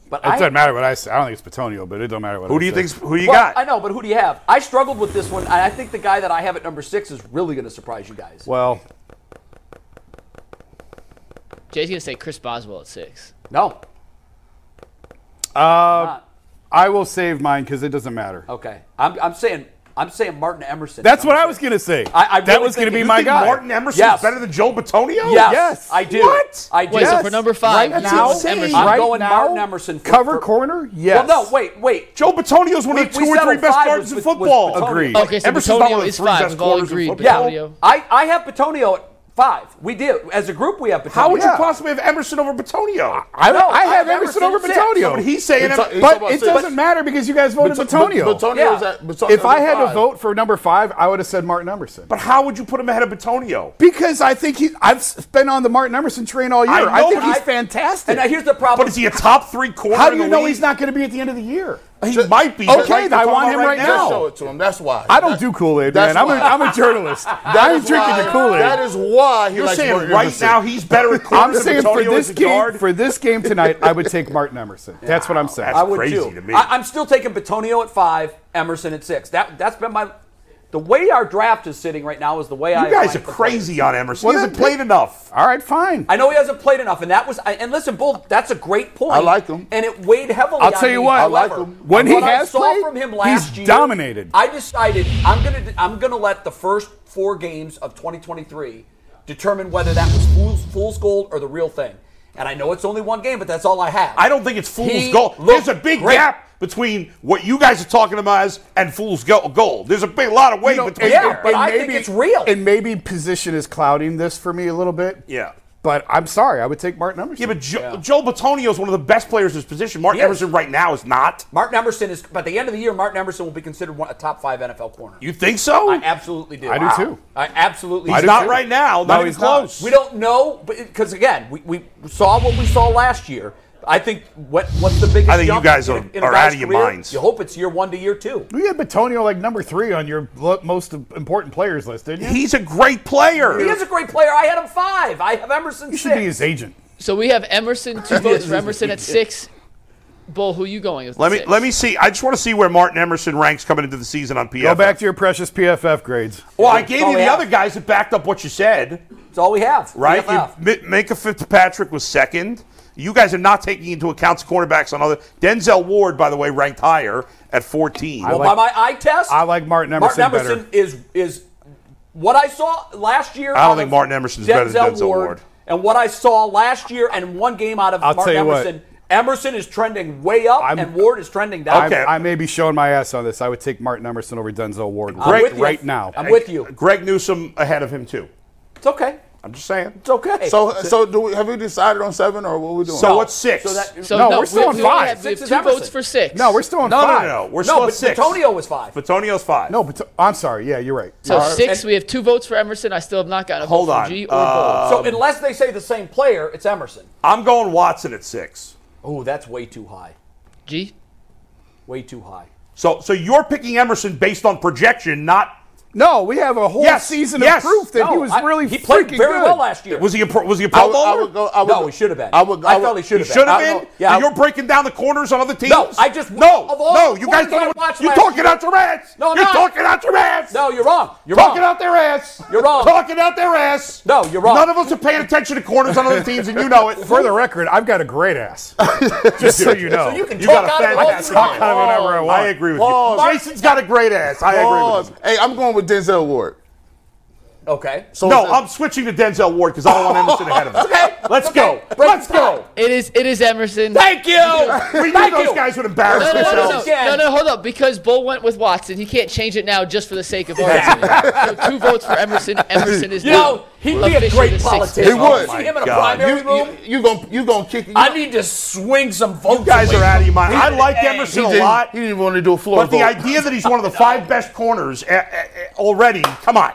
Speaker 1: But
Speaker 4: It
Speaker 1: I,
Speaker 4: doesn't matter what I say. I don't think it's Batonio, but it don't matter what.
Speaker 3: who
Speaker 4: I
Speaker 3: do you
Speaker 4: say.
Speaker 3: think? Who you
Speaker 1: Well,
Speaker 3: got?
Speaker 1: I know, but who do you have? I struggled with this one. and I think the guy that I have at number six is really going to surprise you guys.
Speaker 4: Well,
Speaker 2: Jay's gonna say Chris Boswell at six.
Speaker 1: No.
Speaker 4: uh,
Speaker 1: Not.
Speaker 4: I will save mine because it doesn't matter.
Speaker 1: Okay. I'm, I'm saying I'm saying Martin Emerson.
Speaker 4: That's what I
Speaker 1: I'm
Speaker 4: was gonna say.
Speaker 1: I- I
Speaker 4: that
Speaker 1: really
Speaker 4: was gonna
Speaker 1: think-
Speaker 4: be
Speaker 1: you
Speaker 4: my
Speaker 3: think
Speaker 4: guy.
Speaker 3: Martin Emerson
Speaker 1: Yes.
Speaker 3: is better than Joe Batonio?
Speaker 1: Yes,
Speaker 4: Yes.
Speaker 1: I do.
Speaker 3: What?
Speaker 1: I do.
Speaker 2: Wait, so for number
Speaker 4: Right
Speaker 2: five, you
Speaker 4: now,
Speaker 2: went Emerson.
Speaker 1: I'm
Speaker 4: right
Speaker 1: going
Speaker 4: now,
Speaker 1: Martin Emerson for-
Speaker 4: cover
Speaker 1: for-
Speaker 4: corner. Yes.
Speaker 1: Well, no, wait, wait.
Speaker 3: Joe Batonio's one
Speaker 1: We-
Speaker 3: of the
Speaker 1: we
Speaker 3: two or three
Speaker 1: settled
Speaker 3: best
Speaker 1: five
Speaker 3: guards in
Speaker 1: was- was-
Speaker 3: football.
Speaker 1: was Batonio.
Speaker 4: Agreed.
Speaker 2: Oh, Okay, so
Speaker 3: Emerson's not
Speaker 2: Batonio
Speaker 3: one of the
Speaker 2: is
Speaker 3: three
Speaker 2: five.
Speaker 3: best
Speaker 2: We've all
Speaker 3: corners in
Speaker 2: agreed,
Speaker 3: football.
Speaker 1: Yeah,
Speaker 2: Batonio.
Speaker 1: I, I have Batonio at five. We did. As a group, we have Batonio.
Speaker 3: How would
Speaker 4: Yeah.
Speaker 3: you possibly have Emerson over Batonio?
Speaker 4: I,
Speaker 1: No,
Speaker 4: I have
Speaker 1: I have Emerson
Speaker 4: Emerson over
Speaker 1: at six.
Speaker 4: Batonio.
Speaker 3: But he's saying
Speaker 5: It's a-
Speaker 3: Emerson.
Speaker 5: it's
Speaker 4: but
Speaker 5: about
Speaker 4: it
Speaker 5: six.
Speaker 4: doesn't matter because you guys voted
Speaker 5: But-
Speaker 4: Batonio.
Speaker 5: Batonio's
Speaker 1: Yeah.
Speaker 5: at- Batonio's
Speaker 4: if I had to
Speaker 5: five.
Speaker 4: vote for number five, I would have said Martin Emerson.
Speaker 3: But how would you put him ahead of Batonio?
Speaker 4: Because I think he, I've s- been on the Martin Emerson train all year.
Speaker 3: I
Speaker 4: I,
Speaker 3: know,
Speaker 4: think
Speaker 3: but
Speaker 4: he's
Speaker 3: I-
Speaker 4: fantastic.
Speaker 1: And now here's the problem.
Speaker 3: But is he a top three corner?
Speaker 4: How
Speaker 3: in
Speaker 4: do you
Speaker 3: the
Speaker 4: know
Speaker 3: league?
Speaker 4: he's not going to be at the end of the year?
Speaker 3: He might be.
Speaker 4: Okay,
Speaker 3: just like
Speaker 4: then I
Speaker 3: we're
Speaker 4: want
Speaker 3: talking
Speaker 4: him
Speaker 3: about
Speaker 4: right
Speaker 5: Just
Speaker 4: now.
Speaker 5: show it to him. That's why.
Speaker 4: I don't
Speaker 5: That-
Speaker 4: do Kool Aid,
Speaker 5: that's
Speaker 4: man. I'm a,
Speaker 5: why-
Speaker 4: I'm a (laughs) journalist.
Speaker 5: That
Speaker 4: I'm
Speaker 5: is
Speaker 4: drinking
Speaker 5: why-
Speaker 4: the Kool
Speaker 5: That
Speaker 4: Aid.
Speaker 5: is why he
Speaker 3: You're
Speaker 5: likes
Speaker 3: saying
Speaker 5: Martin
Speaker 3: right
Speaker 5: Emerson.
Speaker 3: now he's better at corner
Speaker 4: I'm saying for this game,
Speaker 3: guard?
Speaker 4: for this game tonight, I would take Martin Emerson. That's what I'm saying.
Speaker 1: I would
Speaker 3: crazy
Speaker 1: too.
Speaker 3: to me.
Speaker 1: I, am still taking Batonio at five, Emerson at six. That that's been my. The way our draft is sitting right now is the way I.
Speaker 3: you guys are
Speaker 1: like the players.
Speaker 3: crazy on Emerson.
Speaker 4: Well,
Speaker 3: he hasn't
Speaker 4: then-
Speaker 3: played enough.
Speaker 4: All right, fine.
Speaker 1: I know he hasn't played enough, and that was. I- And listen, Bull, that's a great point.
Speaker 5: I like him.
Speaker 1: and it weighed heavily.
Speaker 4: I'll
Speaker 1: on
Speaker 4: tell you
Speaker 1: me.
Speaker 4: what, I
Speaker 5: like
Speaker 1: However,
Speaker 5: him.
Speaker 4: When he
Speaker 1: what I
Speaker 4: has
Speaker 1: saw
Speaker 4: played,
Speaker 1: from him last
Speaker 4: he's
Speaker 1: year,
Speaker 4: dominated.
Speaker 1: I decided I'm gonna I'm gonna let the first four games of 2023 determine whether that was fool's, fool's gold or the real thing. And I know it's only one game, but that's all I have.
Speaker 3: I don't think it's fool's
Speaker 1: He
Speaker 3: gold. There's
Speaker 1: looked
Speaker 3: a big
Speaker 1: great.
Speaker 3: gap between what you guys are talking about as and fool's go- gold. There's a big lot of weight between.
Speaker 1: yeah,
Speaker 3: them.
Speaker 1: but I think it's real.
Speaker 4: And maybe position is clouding this for me a little bit.
Speaker 3: yeah.
Speaker 4: But I'm sorry, I would take Martin Emerson.
Speaker 3: Yeah, but jo- Joel Batonio is one of the best players in his position. Martin
Speaker 1: Yes.
Speaker 3: Emerson right now is not.
Speaker 1: Martin Emerson is by the end of the year. Martin Emerson will be considered one, a top five NFL corner.
Speaker 3: You think so?
Speaker 1: I absolutely do.
Speaker 4: I do
Speaker 1: Wow.
Speaker 4: too.
Speaker 1: I absolutely.
Speaker 3: he's
Speaker 1: do.
Speaker 3: not right now. Not
Speaker 4: No,
Speaker 3: even
Speaker 4: he's not.
Speaker 3: close.
Speaker 1: We don't know, because again, we, we saw what we saw last year. I think what what's the biggest?
Speaker 3: I think you
Speaker 1: jump
Speaker 3: guys
Speaker 1: in a-
Speaker 3: are-
Speaker 1: in a
Speaker 3: are
Speaker 1: guy's
Speaker 3: out of your
Speaker 1: career?
Speaker 3: minds.
Speaker 1: You hope it's year one to year two.
Speaker 4: you had Batonio like number three on your lo- most important players list, didn't you?
Speaker 3: He's a great player.
Speaker 1: He is a great player. I had him five. I have Emerson
Speaker 4: You
Speaker 1: six.
Speaker 4: should be his agent.
Speaker 2: So we have Emerson two votes for Emerson at six. Bull, who you going with? at
Speaker 3: let me
Speaker 2: six?
Speaker 3: let me see. I just want to see where Martin Emerson ranks coming into the season on PFF.
Speaker 4: Go back to your precious PFF grades.
Speaker 3: Well, I gave
Speaker 1: That's all
Speaker 3: you
Speaker 1: we
Speaker 3: the
Speaker 1: have.
Speaker 3: other guys that backed up what you said,
Speaker 1: It's all we have.
Speaker 3: right?
Speaker 1: We have left.
Speaker 3: You, M- Minka Fitzpatrick was second. You guys are not taking into account cornerbacks on other. Denzel Ward, by the way, ranked higher at 14.
Speaker 4: I
Speaker 1: Well,
Speaker 4: like-
Speaker 1: by my eye test,
Speaker 4: I like Martin Emerson
Speaker 1: Martin Emerson is is what I saw last year.
Speaker 3: I don't
Speaker 1: out
Speaker 3: think
Speaker 1: of
Speaker 3: Martin Emerson's better than Denzel Ward.
Speaker 1: And what I saw last year and one game out of
Speaker 4: I'll
Speaker 1: Martin
Speaker 4: tell you what.
Speaker 1: Emerson, Emerson is trending way up,
Speaker 4: I'm-
Speaker 1: and Ward is trending down.
Speaker 3: Okay.
Speaker 4: I may be showing my ass on this. I would take Martin Emerson over Denzel Ward
Speaker 1: I'm
Speaker 4: right,
Speaker 1: with you.
Speaker 4: right now.
Speaker 1: I'm with you.
Speaker 3: Greg Newsom ahead of him too.
Speaker 1: It's okay.
Speaker 3: I'm just saying.
Speaker 1: It's okay.
Speaker 5: So, so do we, have we decided on seven or what are we doing?
Speaker 3: So what's six?
Speaker 1: So that,
Speaker 2: So
Speaker 4: No,
Speaker 2: no,
Speaker 4: we're still
Speaker 2: we,
Speaker 4: on
Speaker 2: we only
Speaker 4: five.
Speaker 2: Have, we have
Speaker 1: Six is
Speaker 2: two votes
Speaker 1: Emerson.
Speaker 2: for six.
Speaker 4: no, we're still on
Speaker 3: no, no,
Speaker 4: five.
Speaker 3: no, no. We're still
Speaker 1: no,
Speaker 3: at
Speaker 1: but
Speaker 3: six.
Speaker 1: Antonio was five.
Speaker 3: Batonio's five.
Speaker 4: No, but I'm sorry. Yeah, you're right.
Speaker 2: So
Speaker 4: All right.
Speaker 2: six, we have two votes for Emerson. I still have not gotten a
Speaker 3: Hold
Speaker 2: vote
Speaker 3: on.
Speaker 2: for G or
Speaker 3: Uh,
Speaker 2: Bull.
Speaker 1: so unless they say the same player, it's Emerson.
Speaker 3: I'm going Watson at six.
Speaker 1: Oh, that's way too high.
Speaker 2: G.
Speaker 1: Way too high.
Speaker 3: So, so you're picking Emerson based on projection, not
Speaker 4: No, we have a whole
Speaker 3: Yes,
Speaker 4: season
Speaker 3: yes.
Speaker 4: of proof that
Speaker 1: No,
Speaker 4: he was
Speaker 1: I-
Speaker 4: really
Speaker 1: he played
Speaker 4: freaking
Speaker 1: very
Speaker 4: good.
Speaker 1: well last year.
Speaker 3: Was he a pro, was he a
Speaker 5: I
Speaker 3: pro
Speaker 5: would- I
Speaker 3: bowler?
Speaker 5: would go- I would
Speaker 1: no,
Speaker 5: go-
Speaker 1: he should have been.
Speaker 5: I would-
Speaker 1: I
Speaker 5: I would-
Speaker 1: felt he should have
Speaker 3: He
Speaker 1: been.
Speaker 3: should have
Speaker 1: I-
Speaker 3: been.
Speaker 1: Yeah, I-
Speaker 3: And you're breaking down the corners on other teams.
Speaker 1: No, I just-
Speaker 3: no,
Speaker 1: of all
Speaker 3: no.
Speaker 1: the
Speaker 3: You guys
Speaker 1: corners I
Speaker 3: don't.
Speaker 1: watched
Speaker 3: You're
Speaker 1: last
Speaker 3: talking
Speaker 1: year-
Speaker 3: out your ass.
Speaker 1: No, I'm
Speaker 3: you're
Speaker 1: not.
Speaker 3: talking out your ass.
Speaker 1: no, you're wrong. You're
Speaker 3: talking
Speaker 1: wrong.
Speaker 3: out their ass.
Speaker 1: You're wrong.
Speaker 3: Talking out their ass.
Speaker 1: No, you're wrong.
Speaker 3: None of us are paying attention to corners on
Speaker 1: (laughs)
Speaker 3: other teams, and you know it.
Speaker 4: For the record, I've got a
Speaker 3: (laughs)
Speaker 4: great ass.
Speaker 5: (laughs)
Speaker 4: Just so you know.
Speaker 1: So you can
Speaker 3: You
Speaker 1: talk out
Speaker 3: got a
Speaker 1: of it
Speaker 3: fat
Speaker 1: all
Speaker 3: ass.
Speaker 1: you want.
Speaker 4: Talk kind of whatever I want.
Speaker 3: I agree with
Speaker 5: Pause.
Speaker 3: you. Jason's got a great ass. I agree with you.
Speaker 5: Hey, I'm going with Denzel Ward.
Speaker 1: Okay.
Speaker 5: So
Speaker 3: No,
Speaker 5: is that-
Speaker 3: I'm switching to Denzel Ward because I don't want Emerson ahead of him.
Speaker 1: Okay,
Speaker 3: Let's
Speaker 1: okay.
Speaker 3: go.
Speaker 1: Break
Speaker 3: Let's
Speaker 1: the tie.
Speaker 3: go.
Speaker 2: It is it is Emerson.
Speaker 1: Thank you.
Speaker 3: We knew
Speaker 1: Thank
Speaker 3: those
Speaker 1: you.
Speaker 3: guys would embarrass
Speaker 2: no, no, no,
Speaker 3: themselves.
Speaker 2: no,
Speaker 1: again.
Speaker 2: no, no, hold up. Because Bull went with Watson, he can't change it now just for the sake of argument. so two votes for Emerson. Emerson is
Speaker 1: You
Speaker 2: now
Speaker 1: know, he'd be a
Speaker 2: officially the
Speaker 1: great
Speaker 2: sixth
Speaker 1: politician.
Speaker 5: He would.
Speaker 1: See him in a
Speaker 3: God.
Speaker 5: you,
Speaker 1: primary room.
Speaker 5: you, you gonna you gonna kick. (laughs) You,
Speaker 1: I need to swing some votes.
Speaker 3: You guys
Speaker 1: away
Speaker 3: are out of your mind.
Speaker 1: from
Speaker 3: I
Speaker 1: him.
Speaker 3: like
Speaker 1: Hey,
Speaker 3: Emerson
Speaker 5: he
Speaker 3: a
Speaker 5: didn't-
Speaker 3: lot.
Speaker 5: He didn't want to do a floor
Speaker 3: But the
Speaker 5: vote.
Speaker 3: idea that he's one of the five best corners a, a, a- already, come on.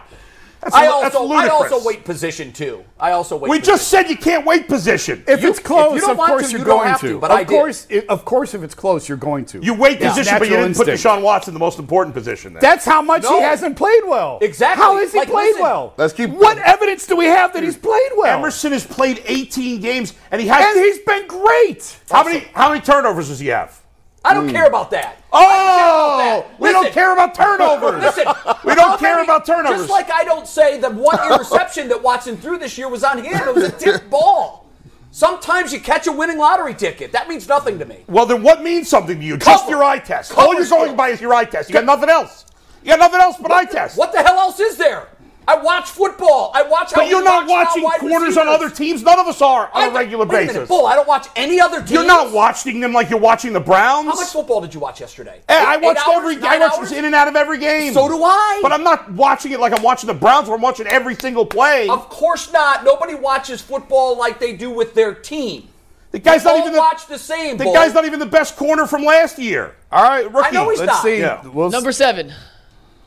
Speaker 3: That's,
Speaker 1: I
Speaker 3: lu- that's
Speaker 1: also, I
Speaker 3: ludicrous.
Speaker 1: also wait position too. I also wait.
Speaker 3: We
Speaker 1: position.
Speaker 3: just said you can't wait position.
Speaker 4: If
Speaker 1: You-
Speaker 4: it's close,
Speaker 1: if you don't
Speaker 4: of
Speaker 1: want
Speaker 4: course
Speaker 1: to,
Speaker 4: you're
Speaker 1: you don't
Speaker 4: going
Speaker 1: have to, but I
Speaker 4: of
Speaker 1: did.
Speaker 4: course, i- of course, if it's close, you're going to.
Speaker 3: you wait
Speaker 4: Yeah.
Speaker 3: position, but you
Speaker 4: Natural
Speaker 3: didn't
Speaker 4: instinct.
Speaker 3: put Deshaun Watson, the most important position there.
Speaker 4: That's how much
Speaker 1: No.
Speaker 4: he hasn't played well.
Speaker 1: Exactly.
Speaker 4: How has he
Speaker 1: Like,
Speaker 4: played
Speaker 1: listen.
Speaker 4: well?
Speaker 5: Let's keep-
Speaker 4: What evidence do we have that he's played well?
Speaker 3: Emerson has played 18 games, and he has.
Speaker 4: and he's been great.
Speaker 3: how many how many turnovers does he have?
Speaker 1: I
Speaker 3: Mm.
Speaker 1: don't care about that.
Speaker 3: Oh, we
Speaker 1: Listen.
Speaker 3: don't care about turnovers.
Speaker 1: Listen,
Speaker 3: we don't
Speaker 1: how
Speaker 3: care
Speaker 1: many-
Speaker 3: about turnovers.
Speaker 1: Just like I don't say that
Speaker 3: (laughs)
Speaker 1: one interception that Watson threw this year was on him. It was a tipped ball. Sometimes you catch a winning lottery ticket. That means nothing to me.
Speaker 3: Well, then what means something to you? Just
Speaker 1: Cover.
Speaker 3: your eye test.
Speaker 1: Cover
Speaker 3: All you're
Speaker 1: still.
Speaker 3: going by is your eye test. You got nothing else. You got nothing else but eye test.
Speaker 1: What the hell else is there? I watch football. I watch how
Speaker 3: But
Speaker 1: we
Speaker 3: you're not
Speaker 1: watch
Speaker 3: watching
Speaker 1: how wide
Speaker 3: corners
Speaker 1: receivers.
Speaker 3: on other teams. None of us are
Speaker 1: I
Speaker 3: on a
Speaker 1: don't-
Speaker 3: regular
Speaker 1: wait a minute,
Speaker 3: basis.
Speaker 1: Bull, I don't watch any other teams.
Speaker 3: You're not watching them like you're watching the Browns.
Speaker 1: How much football did you watch yesterday?
Speaker 3: Hey,
Speaker 1: Eight-
Speaker 3: Eh, I
Speaker 1: eight
Speaker 3: watched
Speaker 1: hours,
Speaker 3: every. I
Speaker 1: nine
Speaker 3: watched
Speaker 1: hours?
Speaker 3: was in and out of every game.
Speaker 1: So do I.
Speaker 3: But I'm not watching it like I'm watching the Browns. Where I'm watching every single play.
Speaker 1: Of course not. Nobody watches football like they do with their team.
Speaker 3: the guy's not
Speaker 1: all
Speaker 3: even the,
Speaker 1: watch the same,
Speaker 3: The
Speaker 1: Bull.
Speaker 3: guy's not even the best corner from last year.
Speaker 4: All right,
Speaker 1: I know he's
Speaker 4: Let's
Speaker 1: not.
Speaker 4: see.
Speaker 3: Yeah.
Speaker 4: We'll
Speaker 2: Number seven.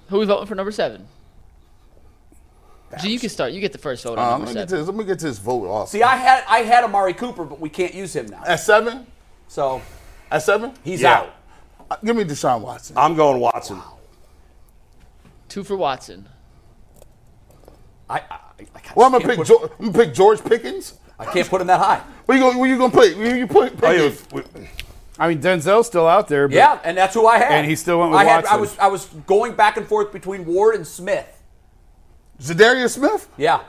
Speaker 2: Who we voting for number seven? Gee, you can start. You get the first vote
Speaker 5: Uh,
Speaker 2: on
Speaker 5: let, me
Speaker 2: number
Speaker 5: get
Speaker 2: seven.
Speaker 5: this, let me get this vote off.
Speaker 1: See, I had I had Amari Cooper, but we can't use him now.
Speaker 5: at seven,
Speaker 1: So
Speaker 5: at seven,
Speaker 1: he's
Speaker 3: Yeah.
Speaker 1: out.
Speaker 5: Uh, give me Deshaun Watson.
Speaker 3: I'm going Watson.
Speaker 2: Two for Watson.
Speaker 1: I, I, I kinda
Speaker 5: Well, I'm gonna
Speaker 1: can't put-
Speaker 5: pick. George, I'm gonna pick George Pickens.
Speaker 1: I can't put him that high.
Speaker 5: Where you gonna Where you gonna put? Where you put
Speaker 3: Oh, yeah,
Speaker 5: Pickens?
Speaker 3: we-
Speaker 4: I mean, Denzel's still out there. But
Speaker 1: Yeah, and that's who I had.
Speaker 4: And he still went with
Speaker 1: I had, I
Speaker 4: Watson.
Speaker 1: was I was going back and forth between Ward and Smith.
Speaker 5: Zadarius Smith?
Speaker 1: Yeah.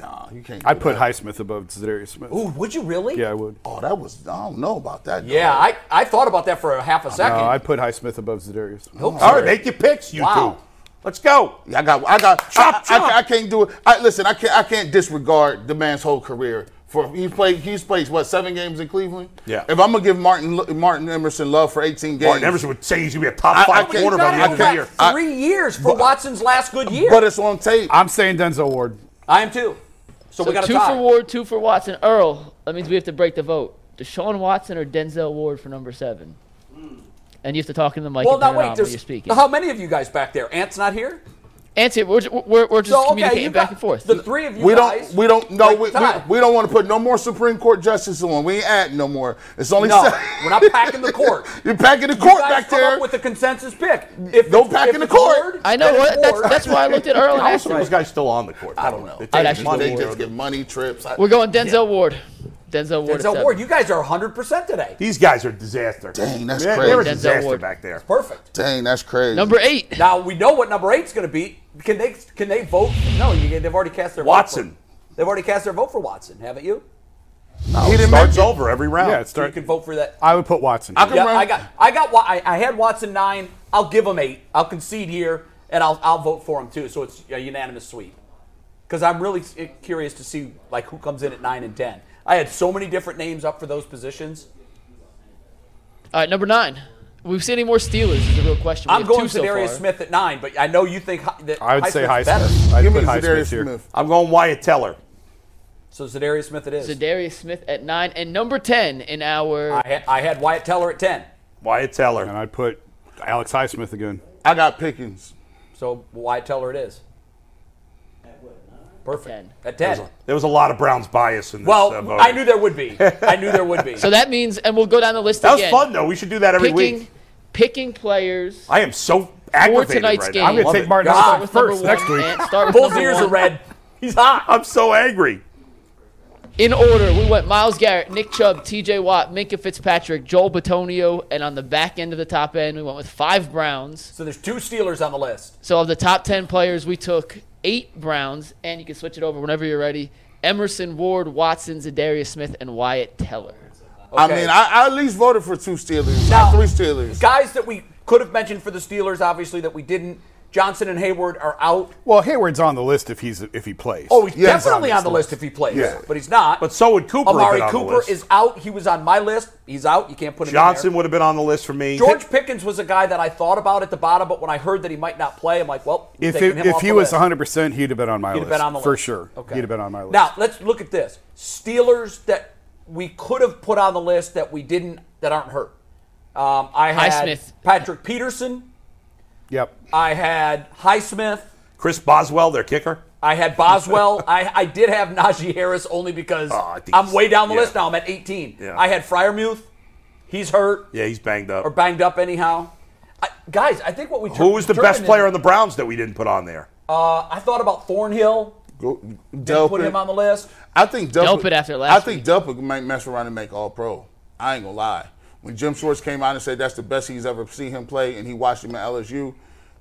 Speaker 5: No, you can't.
Speaker 4: I'd put Highsmith above Zadarius Smith.
Speaker 1: Ooh, would you really?
Speaker 4: Yeah, I would.
Speaker 5: Oh, that was. I don't know about that.
Speaker 1: Yeah, I, I thought about that for a half a second. Oh,
Speaker 4: No, I'd Uh, put Highsmith above Zadarius.
Speaker 3: All right, make your picks, you
Speaker 1: Wow.
Speaker 3: two. Let's go.
Speaker 5: I got, I got,
Speaker 3: Chop,
Speaker 5: I, I-
Speaker 3: chop.
Speaker 5: I can't do it. I, listen, I can't, I can't disregard the man's whole career. For he played, he's played what seven games in Cleveland.
Speaker 3: Yeah.
Speaker 5: If I'm gonna give Martin Lo- Martin Emerson love for 18 games,
Speaker 3: Martin Emerson would say he's gonna be a top
Speaker 5: I-
Speaker 3: five
Speaker 5: I can't-
Speaker 3: corner by
Speaker 1: Got
Speaker 3: the
Speaker 1: it
Speaker 3: end
Speaker 1: for
Speaker 3: of the
Speaker 1: about
Speaker 3: year.
Speaker 1: Three years for Watson's last good year.
Speaker 5: but it's on tape.
Speaker 4: I'm saying Denzel Ward.
Speaker 1: I am too. So, we
Speaker 2: So
Speaker 1: got
Speaker 2: two
Speaker 1: a tie.
Speaker 2: for Ward, two for Watson. Earl, that means we have to break the vote. Deshaun Watson or Denzel Ward for number seven? And you have to talk in the mic
Speaker 1: well,
Speaker 2: and
Speaker 1: now
Speaker 2: turn it on
Speaker 1: wait.
Speaker 2: when
Speaker 1: There's
Speaker 2: you're speaking.
Speaker 1: how many of you guys back there? Ant's not here.
Speaker 2: Answer, we're, ju- we're, we're just
Speaker 1: So okay,
Speaker 2: communicating
Speaker 1: you
Speaker 2: back
Speaker 1: got
Speaker 2: and forth.
Speaker 1: the three of you
Speaker 5: we
Speaker 1: guys.
Speaker 5: don't, we don't, no,
Speaker 1: like
Speaker 5: we, we,
Speaker 1: tie.
Speaker 5: we don't want to put no more Supreme Court justices on. We ain't adding no more. It's only
Speaker 1: No,
Speaker 5: seven.
Speaker 1: we're not packing the court.
Speaker 5: (laughs) You're packing the
Speaker 1: You
Speaker 5: court
Speaker 1: guys
Speaker 5: back
Speaker 1: come
Speaker 5: there.
Speaker 1: Up with a consensus pick. If
Speaker 5: Go
Speaker 1: it's-
Speaker 5: back
Speaker 1: if
Speaker 5: in the
Speaker 1: it's
Speaker 5: court.
Speaker 1: Ward,
Speaker 2: I know.
Speaker 1: then
Speaker 2: What,
Speaker 1: it's
Speaker 2: that's,
Speaker 1: Ward. (laughs)
Speaker 2: that's why I looked at Earl and
Speaker 3: How is
Speaker 2: asked
Speaker 3: those
Speaker 2: him.
Speaker 3: guys still on the court?
Speaker 5: I don't know.
Speaker 3: They take
Speaker 2: I'd
Speaker 5: They
Speaker 2: actually
Speaker 5: just-
Speaker 2: go
Speaker 5: they
Speaker 2: Ward.
Speaker 5: just get money trips. I-
Speaker 2: We're going Denzel Ward. Denzel Ward. at
Speaker 1: Denzel
Speaker 2: seven.
Speaker 1: Ward, you guys are 100% today.
Speaker 3: These guys are disaster.
Speaker 5: Dang, that's
Speaker 3: They're-
Speaker 5: crazy.
Speaker 3: They're a
Speaker 2: Denzel
Speaker 3: disaster
Speaker 2: Ward.
Speaker 3: back there.
Speaker 1: Perfect.
Speaker 5: Dang, that's crazy.
Speaker 2: Number eight.
Speaker 1: Now we know what number eight's going to be. Can they can they vote? No, you, they've already cast their Vote
Speaker 3: Watson.
Speaker 1: for, they've already cast their vote for Watson, haven't you?
Speaker 3: He didn't starts over every round.
Speaker 4: Yeah, it's
Speaker 1: Oh. You can vote for that.
Speaker 4: I would put Watson.
Speaker 5: I can
Speaker 1: Yeah,
Speaker 5: run.
Speaker 1: I got I got Wa- I, I had Watson nine. I'll give him eight. I'll concede here, and I'll I'll vote for him too. So it's a unanimous sweep. Because I'm really s- eh, curious to see like who comes in at nine and ten. I had so many different names up for those positions.
Speaker 2: All right, number nine. We've seen any more Steelers? Is the real question. We
Speaker 1: I'm
Speaker 2: have
Speaker 1: going
Speaker 2: two
Speaker 1: to
Speaker 2: so
Speaker 1: Darius
Speaker 2: far.
Speaker 1: Smith at nine, but I know you think hi- that
Speaker 4: I would say
Speaker 1: Highsmith's
Speaker 4: Highsmith.
Speaker 1: better.
Speaker 4: I'd
Speaker 5: Give me
Speaker 4: put Highsmith
Speaker 5: Zadarius
Speaker 4: here.
Speaker 5: Smith.
Speaker 3: I'm going Wyatt Teller.
Speaker 1: So Zadarius Smith it is.
Speaker 2: So Darius Smith at nine and number ten in our.
Speaker 1: I had, I had Wyatt Teller at ten.
Speaker 3: Wyatt Teller.
Speaker 4: And I'd put Alex Highsmith again.
Speaker 5: I got Pickens.
Speaker 1: So Wyatt Teller it is. Perfect.
Speaker 2: 10.
Speaker 1: At ten.
Speaker 3: There was a lot of Browns bias in this. uh,
Speaker 1: Well,
Speaker 3: voting.
Speaker 1: I knew there would
Speaker 3: (laughs)
Speaker 1: be. I knew there would be.
Speaker 2: so that means, and we'll go down the list
Speaker 3: That was
Speaker 2: again.
Speaker 3: fun though. We should do that every
Speaker 2: Picking,
Speaker 3: week.
Speaker 2: picking players.
Speaker 3: I am so
Speaker 2: for
Speaker 3: aggravated
Speaker 2: tonight's
Speaker 3: right now.
Speaker 2: game.
Speaker 3: I'm going
Speaker 2: Love
Speaker 3: to
Speaker 2: it.
Speaker 3: take Martin
Speaker 1: Ah,
Speaker 2: Start
Speaker 3: Scott
Speaker 2: with number
Speaker 3: first
Speaker 2: one,
Speaker 3: next week.
Speaker 2: Ant. Start with
Speaker 1: Bull's
Speaker 2: number
Speaker 1: ears
Speaker 2: one.
Speaker 1: are red. He's hot.
Speaker 3: I'm so angry.
Speaker 2: In order, we went Miles Garrett, Nick Chubb, TJ Watt, Minka Fitzpatrick, Joel Batonio, and on the back end of the top end, we went with five Browns.
Speaker 1: So there's two Steelers on the list.
Speaker 2: So of the top 10 players, we took eight Browns, and you can switch it over whenever you're ready. Emerson, Ward, Watson, Zadarius Smith, and Wyatt Teller.
Speaker 5: I
Speaker 1: Okay.
Speaker 5: mean, I, I at least voted for two Steelers,
Speaker 1: Now,
Speaker 5: not three Steelers.
Speaker 1: Guys that we could have mentioned for the Steelers, obviously, that we didn't. Johnson and Hayward are out.
Speaker 4: Well, Hayward's on the list if he's if he plays.
Speaker 1: Oh, he's
Speaker 5: Yeah, he's
Speaker 1: definitely
Speaker 5: on
Speaker 1: on the list if he plays,
Speaker 4: Yeah.
Speaker 1: but he's not.
Speaker 3: But so would Cooper have
Speaker 1: Amari
Speaker 3: been on the
Speaker 1: Cooper
Speaker 3: list.
Speaker 1: is out. He was on my list. He's out. You can't put him
Speaker 3: Johnson
Speaker 1: in
Speaker 3: would have been on the list for me.
Speaker 1: there. George Pickens was a guy that I thought about at the bottom, but when I heard that he might not play, I'm like, well, we're
Speaker 4: if
Speaker 1: taking
Speaker 4: it,
Speaker 1: him
Speaker 4: if
Speaker 1: off
Speaker 4: he
Speaker 1: the
Speaker 4: was
Speaker 1: list.
Speaker 4: 100, percent he'd have been on my
Speaker 1: He'd
Speaker 4: list
Speaker 1: have been on the
Speaker 4: for
Speaker 1: list.
Speaker 4: sure.
Speaker 1: Okay.
Speaker 4: He'd have been on my list.
Speaker 1: Now let's look at this: Steelers that we could have put on the list that we didn't, that aren't hurt. Um, I had
Speaker 2: Highsmith.
Speaker 1: Patrick Peterson.
Speaker 4: yep.
Speaker 1: I had Highsmith.
Speaker 3: Chris Boswell, their kicker.
Speaker 1: I had Boswell. I, I did have Najee Harris only because
Speaker 3: Oh, I think
Speaker 1: I'm
Speaker 3: he's-
Speaker 1: way down the
Speaker 3: yeah.
Speaker 1: list now. I'm at 18.
Speaker 3: Yeah.
Speaker 1: I had Fryermuth. He's hurt
Speaker 3: Yeah, he's banged up.
Speaker 1: or banged up anyhow. I, guys, I think what we tur-
Speaker 3: Who was the
Speaker 1: determined
Speaker 3: best
Speaker 1: is-
Speaker 3: player on the Browns that we didn't put on there?
Speaker 1: Uh, I thought about Thornhill. Didn't put
Speaker 5: Delpit.
Speaker 1: him on the list.
Speaker 5: I think Delpit,
Speaker 2: Delpit after last
Speaker 5: I think Delpit might mess around and make All Pro. I ain't gonna lie. When Jim Schwartz came out and said that's the best he's ever seen him play, and he watched him at LSU,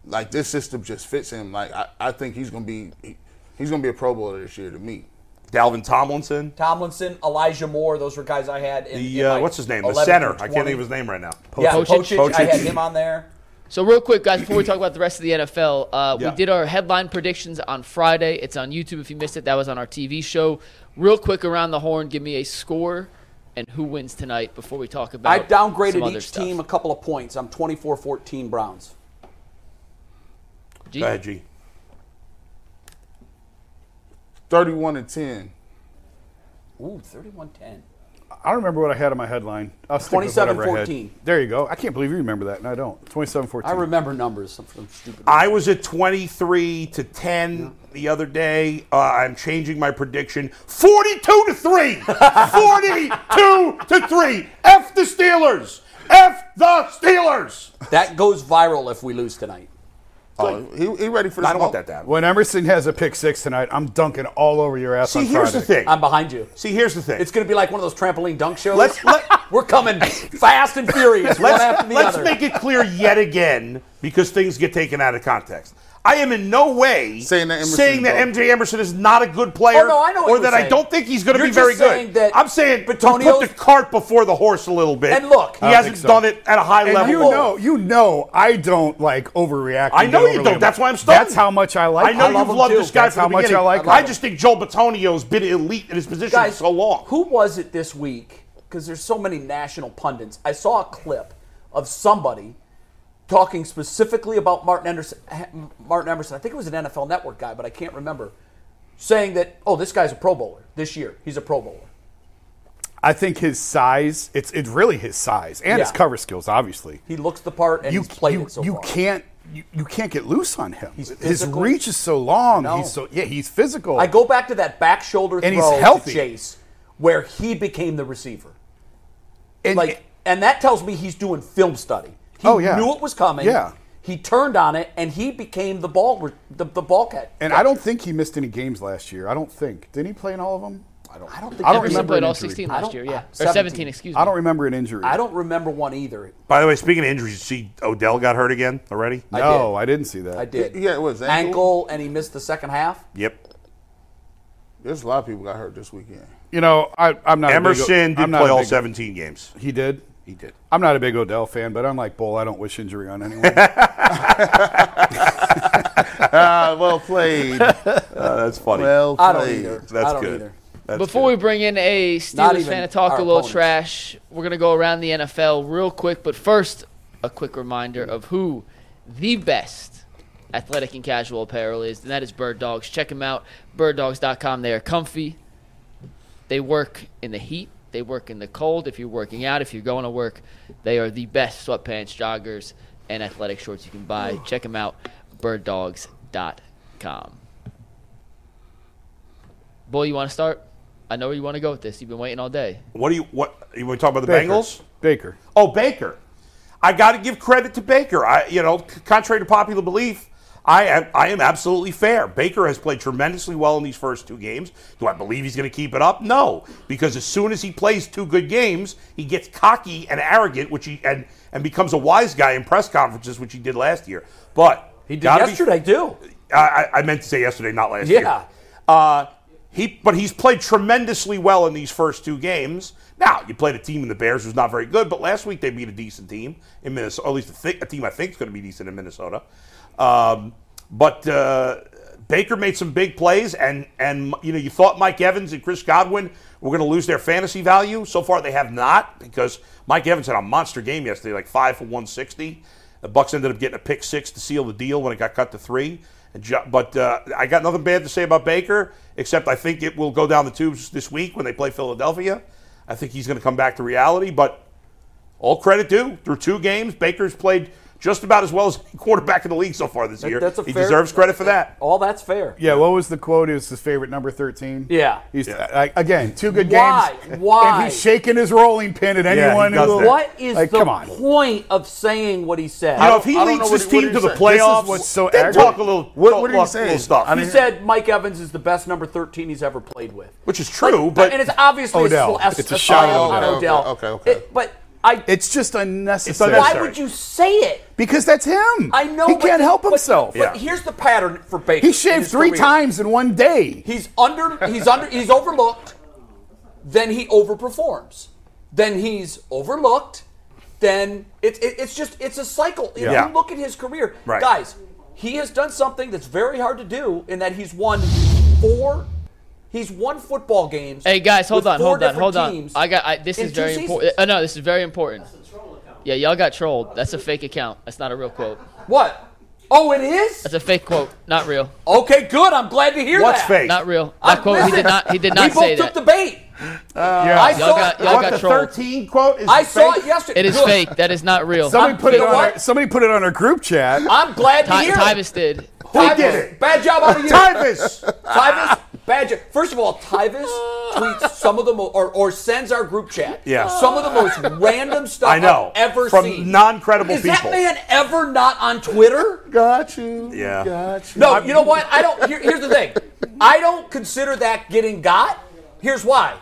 Speaker 5: like this system just fits him. Like I, I think he's gonna be, he- he's gonna be a Pro Bowler this year to me.
Speaker 3: Dalvin Tomlinson.
Speaker 1: Tomlinson, Elijah Moore. Those were guys I had. In,
Speaker 3: The
Speaker 1: in my
Speaker 3: uh, what's his name? The
Speaker 1: 11
Speaker 3: center.
Speaker 1: through
Speaker 3: I
Speaker 1: 20.
Speaker 3: can't think of his name right now.
Speaker 1: Yeah,
Speaker 2: Poach-
Speaker 1: Poachich. I had
Speaker 3: Poachich.
Speaker 1: him on there.
Speaker 2: So real quick, guys, before we talk about the rest of the NFL, uh,
Speaker 3: Yeah.
Speaker 2: we did our headline predictions on Friday. It's on YouTube if you missed it. That was on our TV show. Real quick around the horn, give me a score and who wins tonight before we talk about.
Speaker 1: I
Speaker 2: some
Speaker 1: downgraded
Speaker 2: other
Speaker 1: each
Speaker 2: stuff.
Speaker 1: team a couple of points. I'm 24-14 Browns.
Speaker 2: G?
Speaker 3: Go ahead, G.
Speaker 5: Thirty-one and ten.
Speaker 1: Ooh, 31-10.
Speaker 4: I don't remember what I had on my headline. I'll stick with whatever I had.
Speaker 1: 27-14.
Speaker 4: There you go. I can't believe you remember that, and I don't. 27-14.
Speaker 1: I remember numbers. I'm, I'm stupid.
Speaker 3: I was at 23 to 10 the other day. Uh, I'm changing my prediction 42 to
Speaker 1: (laughs)
Speaker 3: 3. 42 to 3. F the Steelers. F the Steelers.
Speaker 1: that goes viral if we lose tonight.
Speaker 5: Oh, he, he ready for this?
Speaker 3: I don't want
Speaker 5: ball.
Speaker 3: that to happen.
Speaker 4: When Emerson has a pick six tonight, I'm dunking all over your ass
Speaker 3: See,
Speaker 4: on
Speaker 3: here's the
Speaker 4: Friday.
Speaker 3: thing.
Speaker 1: I'm behind you.
Speaker 3: See, here's the thing.
Speaker 1: It's going to be like one of those trampoline dunk shows.
Speaker 3: Let's- let-
Speaker 1: We're coming fast and furious, one after the
Speaker 3: let's
Speaker 1: other.
Speaker 3: make it clear yet again because things get taken out of context. I am in no way
Speaker 5: Saying that Emerson's
Speaker 3: saying that
Speaker 5: dope.
Speaker 3: MJ Emerson is not a good player
Speaker 1: Oh, no, I know what
Speaker 3: or
Speaker 1: you're
Speaker 3: that I
Speaker 1: saying.
Speaker 3: don't think he's going to
Speaker 1: You're
Speaker 3: be very
Speaker 1: just saying
Speaker 3: good.
Speaker 1: that
Speaker 3: I'm saying we put
Speaker 1: Betonio's-
Speaker 3: the cart before the horse a little bit.
Speaker 1: And look-
Speaker 3: he
Speaker 1: I don't
Speaker 3: hasn't
Speaker 4: think so.
Speaker 3: done it at a high
Speaker 4: And
Speaker 3: level.
Speaker 4: you know, you know, I don't like overreact.
Speaker 3: I
Speaker 4: and
Speaker 3: know
Speaker 4: get
Speaker 3: you
Speaker 4: overly
Speaker 3: don't. That's why I'm
Speaker 4: emotional.
Speaker 3: stunned.
Speaker 4: That's how much I like.
Speaker 3: I know
Speaker 4: him.
Speaker 3: you've loved this guy
Speaker 4: That's
Speaker 3: from
Speaker 4: how
Speaker 3: the
Speaker 4: much
Speaker 3: beginning.
Speaker 4: I like. him.
Speaker 3: just think Joel Betonio's been elite in his position
Speaker 1: Guys,
Speaker 3: for so long.
Speaker 1: Who was it this week? Because there's so many national pundits. I saw a clip of somebody talking specifically about Martin Anderson. Martin Emerson. I think it was an NFL Network guy, but I can't remember. Saying that, oh, this guy's a Pro Bowler this year. He's a Pro Bowler.
Speaker 4: I think his size. It's it's really his size and his
Speaker 1: Yeah.
Speaker 4: cover skills, obviously.
Speaker 1: He looks the part and
Speaker 4: you
Speaker 1: he's played
Speaker 4: you,
Speaker 1: it so
Speaker 4: you
Speaker 1: far.
Speaker 4: can't you, you can't get loose on him.
Speaker 1: He's
Speaker 4: his
Speaker 1: physical.
Speaker 4: reach is so long.
Speaker 1: No.
Speaker 4: He's so yeah. He's physical.
Speaker 1: I go back to that back shoulder
Speaker 4: And he's
Speaker 1: throw
Speaker 4: healthy.
Speaker 1: to Chase, where he became the receiver.
Speaker 4: and,
Speaker 1: like, and that tells me he's doing film study. He
Speaker 4: Oh, yeah.
Speaker 1: knew it was coming.
Speaker 4: Yeah.
Speaker 1: he turned on it, and he became the ball re- the, the ball cat.
Speaker 4: and I don't think he missed any games last year. I don't think. Did he play in all of them? I don't.
Speaker 1: I don't think
Speaker 4: I don't
Speaker 2: Emerson
Speaker 4: remember
Speaker 2: played
Speaker 4: an
Speaker 2: all
Speaker 4: injury.
Speaker 2: 16
Speaker 1: I
Speaker 2: last
Speaker 1: don't-
Speaker 2: year, yeah.
Speaker 1: uh,
Speaker 2: Or 17,
Speaker 1: 17,
Speaker 2: excuse me.
Speaker 4: I don't remember an injury.
Speaker 1: I don't remember one either.
Speaker 3: By the way, speaking of injuries, you see Odell got hurt again already?
Speaker 4: No, Oh, I, did. not see that.
Speaker 1: I did.
Speaker 5: Yeah, it was
Speaker 1: ankle,
Speaker 5: ankle.
Speaker 1: and he missed the second half.
Speaker 3: Yep.
Speaker 5: There's a lot of people got hurt this weekend.
Speaker 4: You know, I, I'm not. a big O-
Speaker 3: Emerson did
Speaker 4: I'm not
Speaker 3: play
Speaker 4: a
Speaker 3: all
Speaker 4: big-
Speaker 3: 17 games.
Speaker 4: He did.
Speaker 3: He did.
Speaker 4: I'm not a big Odell fan, but unlike Bull, I don't wish injury on anyone.
Speaker 5: Ah,
Speaker 3: (laughs)
Speaker 5: well played.
Speaker 3: Uh, that's funny.
Speaker 5: well played.
Speaker 1: I don't either.
Speaker 3: That's
Speaker 1: I don't
Speaker 3: good.
Speaker 1: either.
Speaker 2: Before we bring in a
Speaker 1: Not
Speaker 2: Steelers
Speaker 1: even
Speaker 2: fan to talk a
Speaker 1: our
Speaker 2: little
Speaker 1: opponents.
Speaker 2: trash, we're going to go around the NFL real quick. But first, a quick reminder of who the best athletic and casual apparel is, and that is Bird Dogs. Check them out, birddogs.com. They are comfy. They work in the heat, they work in the cold. If you're working out, if you're going to work, they are the best sweatpants, joggers, and athletic shorts you can buy. Check them out, birddogs.com. Boy, you want to start? I know where you want to go with this. You've been waiting all day.
Speaker 3: What do you what you want to talk about the
Speaker 4: Baker.
Speaker 3: Bengals?
Speaker 4: Baker.
Speaker 3: Oh, Baker. I got to give credit to Baker. I, you know, c- contrary to popular belief, I am, I am absolutely fair. Baker has played tremendously well in these first two games. Do I believe he's going to keep it up? No, because as soon as he plays two good games, he gets cocky and arrogant, which he and and becomes a wise guy in press conferences, which he did last year. But
Speaker 1: He did
Speaker 3: gotta be-
Speaker 1: yesterday, too.
Speaker 3: I, I I meant to say yesterday, not last year.
Speaker 1: Yeah.
Speaker 3: Uh, he, but he's played tremendously well in these first two games. Now you played a team in the Bears who's not very good, but last week they beat a decent team in Minnesota, or at least a, thi- a team I think is going to be decent in Minnesota. Um, but uh, Baker made some big plays, and and you know you thought Mike Evans and Chris Godwin were going to lose their fantasy value. So far they have not because Mike Evans had a monster game yesterday, like five for one sixty. The Bucks ended up getting a pick six to seal the deal when it got cut to three. And Jo- But uh, I got nothing bad to say about Baker, except I think it will go down the tubes this week when they play Philadelphia. I think he's going to come back to reality. But all credit due through two games, Baker's played just about as well as any quarterback in the league so far this year.
Speaker 1: that's a
Speaker 3: he
Speaker 1: fair-
Speaker 3: deserves credit for that.
Speaker 1: All that's fair.
Speaker 4: Yeah, what was the quote? It was his favorite number 13.
Speaker 1: Yeah.
Speaker 4: He's, uh, like, again, two good
Speaker 1: Why?
Speaker 4: games.
Speaker 1: Why?
Speaker 4: And he's shaking his rolling pin at
Speaker 3: he
Speaker 4: anyone
Speaker 3: does
Speaker 4: who will.
Speaker 3: that.
Speaker 1: What is
Speaker 4: like,
Speaker 1: the
Speaker 4: come on.
Speaker 1: point of saying what he said?
Speaker 3: You know, if he
Speaker 5: I don't know
Speaker 3: leads
Speaker 5: what
Speaker 3: this
Speaker 5: he- what
Speaker 3: team
Speaker 5: did
Speaker 3: to the
Speaker 5: he say? This is
Speaker 3: playoffs,
Speaker 4: what's so
Speaker 3: then
Speaker 4: arrogant.
Speaker 3: talk a little,
Speaker 5: What- what did he
Speaker 3: talk
Speaker 5: say?
Speaker 3: little stuff,
Speaker 5: I
Speaker 1: he
Speaker 5: mean-
Speaker 1: said Mike Evans is the best number 13 he's ever played with.
Speaker 3: which is true. but
Speaker 1: and it's obviously
Speaker 4: Odell.
Speaker 1: a, sl-
Speaker 4: It's a shot at
Speaker 1: on
Speaker 5: Odell.
Speaker 1: Odell.
Speaker 5: Okay, okay, okay.
Speaker 1: It- but I,
Speaker 4: It's just unnecessary.
Speaker 3: It's
Speaker 1: why
Speaker 3: unnecessary.
Speaker 1: would you say it?
Speaker 4: Because that's him.
Speaker 1: I know
Speaker 4: He
Speaker 1: but-
Speaker 4: can't help
Speaker 1: but-
Speaker 4: himself.
Speaker 1: But, here's the pattern for Baker.
Speaker 4: He
Speaker 1: in
Speaker 4: shaved
Speaker 1: his
Speaker 4: three
Speaker 1: career.
Speaker 4: times in one day.
Speaker 1: He's under. He's under. He's overlooked. Then he overperforms. Then he's overlooked. Then it, it- it's just it's a cycle. If
Speaker 3: Yeah.
Speaker 1: you look at his career,
Speaker 3: Right.
Speaker 1: guys, he has done something that's very hard to do in that he's won four. He's won football games.
Speaker 2: Hey guys, hold
Speaker 1: with
Speaker 2: on,
Speaker 1: four
Speaker 2: hold on,
Speaker 1: different
Speaker 2: hold on.
Speaker 1: teams
Speaker 2: I got I, this
Speaker 1: in
Speaker 2: is
Speaker 1: two
Speaker 2: very
Speaker 1: seasons.
Speaker 2: important. Uh, no, this is very important. Yeah, y'all got trolled. That's a fake account. That's not a real quote.
Speaker 1: What? Oh, it is.
Speaker 2: That's a fake quote. Not real.
Speaker 1: Okay, good. I'm glad to hear
Speaker 3: what's
Speaker 1: that.
Speaker 3: fake?
Speaker 2: Not real.
Speaker 1: I-
Speaker 2: That quote. He did
Speaker 1: listen,
Speaker 2: not. He did
Speaker 1: (laughs) We
Speaker 2: not
Speaker 1: both
Speaker 2: say
Speaker 1: took
Speaker 2: that.
Speaker 1: the bait. I
Speaker 2: Y'all
Speaker 1: saw.
Speaker 2: got.
Speaker 1: it.
Speaker 2: Y'all
Speaker 3: what
Speaker 2: got
Speaker 3: the
Speaker 2: trolled.
Speaker 3: 13 quote is
Speaker 1: I saw
Speaker 3: fake?
Speaker 1: it yesterday.
Speaker 2: It is
Speaker 1: (laughs) Good.
Speaker 2: fake. That is not real.
Speaker 4: Somebody put it
Speaker 1: You know
Speaker 4: on.
Speaker 1: what?
Speaker 4: Our, somebody put it on our group chat.
Speaker 1: I'm glad to
Speaker 2: Ty-
Speaker 1: hear it.
Speaker 2: Tyvus did.
Speaker 3: Who
Speaker 1: Tyvus,
Speaker 3: did it?
Speaker 1: Bad job
Speaker 3: (laughs)
Speaker 1: out of you.
Speaker 3: Tyvus!
Speaker 1: Tyvus, bad job. First of all, Tyvus tweets some of the most, or, or sends our group chat.
Speaker 3: Yeah.
Speaker 1: Some of the most random stuff
Speaker 3: I know.
Speaker 1: have ever
Speaker 3: From
Speaker 1: seen.
Speaker 3: non-credible
Speaker 1: Is that
Speaker 3: people.
Speaker 1: man ever not on Twitter?
Speaker 4: Got you.
Speaker 3: Yeah.
Speaker 4: Got you.
Speaker 1: No, you know what? I don't. Here, here's the thing. I don't consider that getting got. Here's why.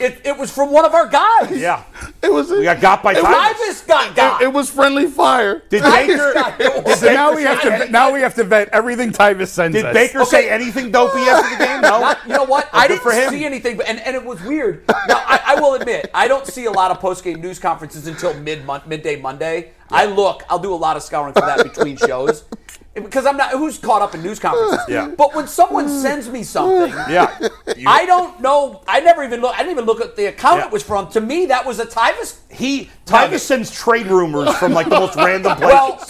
Speaker 1: It, it was from one of our guys.
Speaker 3: Yeah.
Speaker 5: It was.
Speaker 3: We got got by
Speaker 5: It was-
Speaker 3: Tyvus.
Speaker 1: Tyvus got got.
Speaker 5: It, it was friendly fire.
Speaker 3: Did
Speaker 1: got-
Speaker 3: Baker,
Speaker 1: it was-
Speaker 4: So now we have to. Now we have to vet everything Tyvus sends
Speaker 3: did
Speaker 4: us.
Speaker 3: Baker say anything dopey after the game? No.
Speaker 1: Not- you know what?
Speaker 3: Well,
Speaker 1: I
Speaker 3: Oh, good
Speaker 1: didn't
Speaker 3: for him.
Speaker 1: see anything, but, and, and it was weird. Now, I, I will admit, I don't see a lot of post-game news conferences until mid midday Monday. I look, I'll do a lot of scouring for that between shows (laughs) because I'm not who's caught up in news conferences.
Speaker 3: Yeah.
Speaker 1: But when someone sends me something,
Speaker 3: Yeah. You-
Speaker 1: I don't know. I never even look. I didn't even look at the account
Speaker 3: Yeah.
Speaker 1: it was from. To me, that was a Tyvus.
Speaker 3: He Tyvus sends trade rumors from like
Speaker 1: (laughs)
Speaker 3: the most random places.
Speaker 1: Well,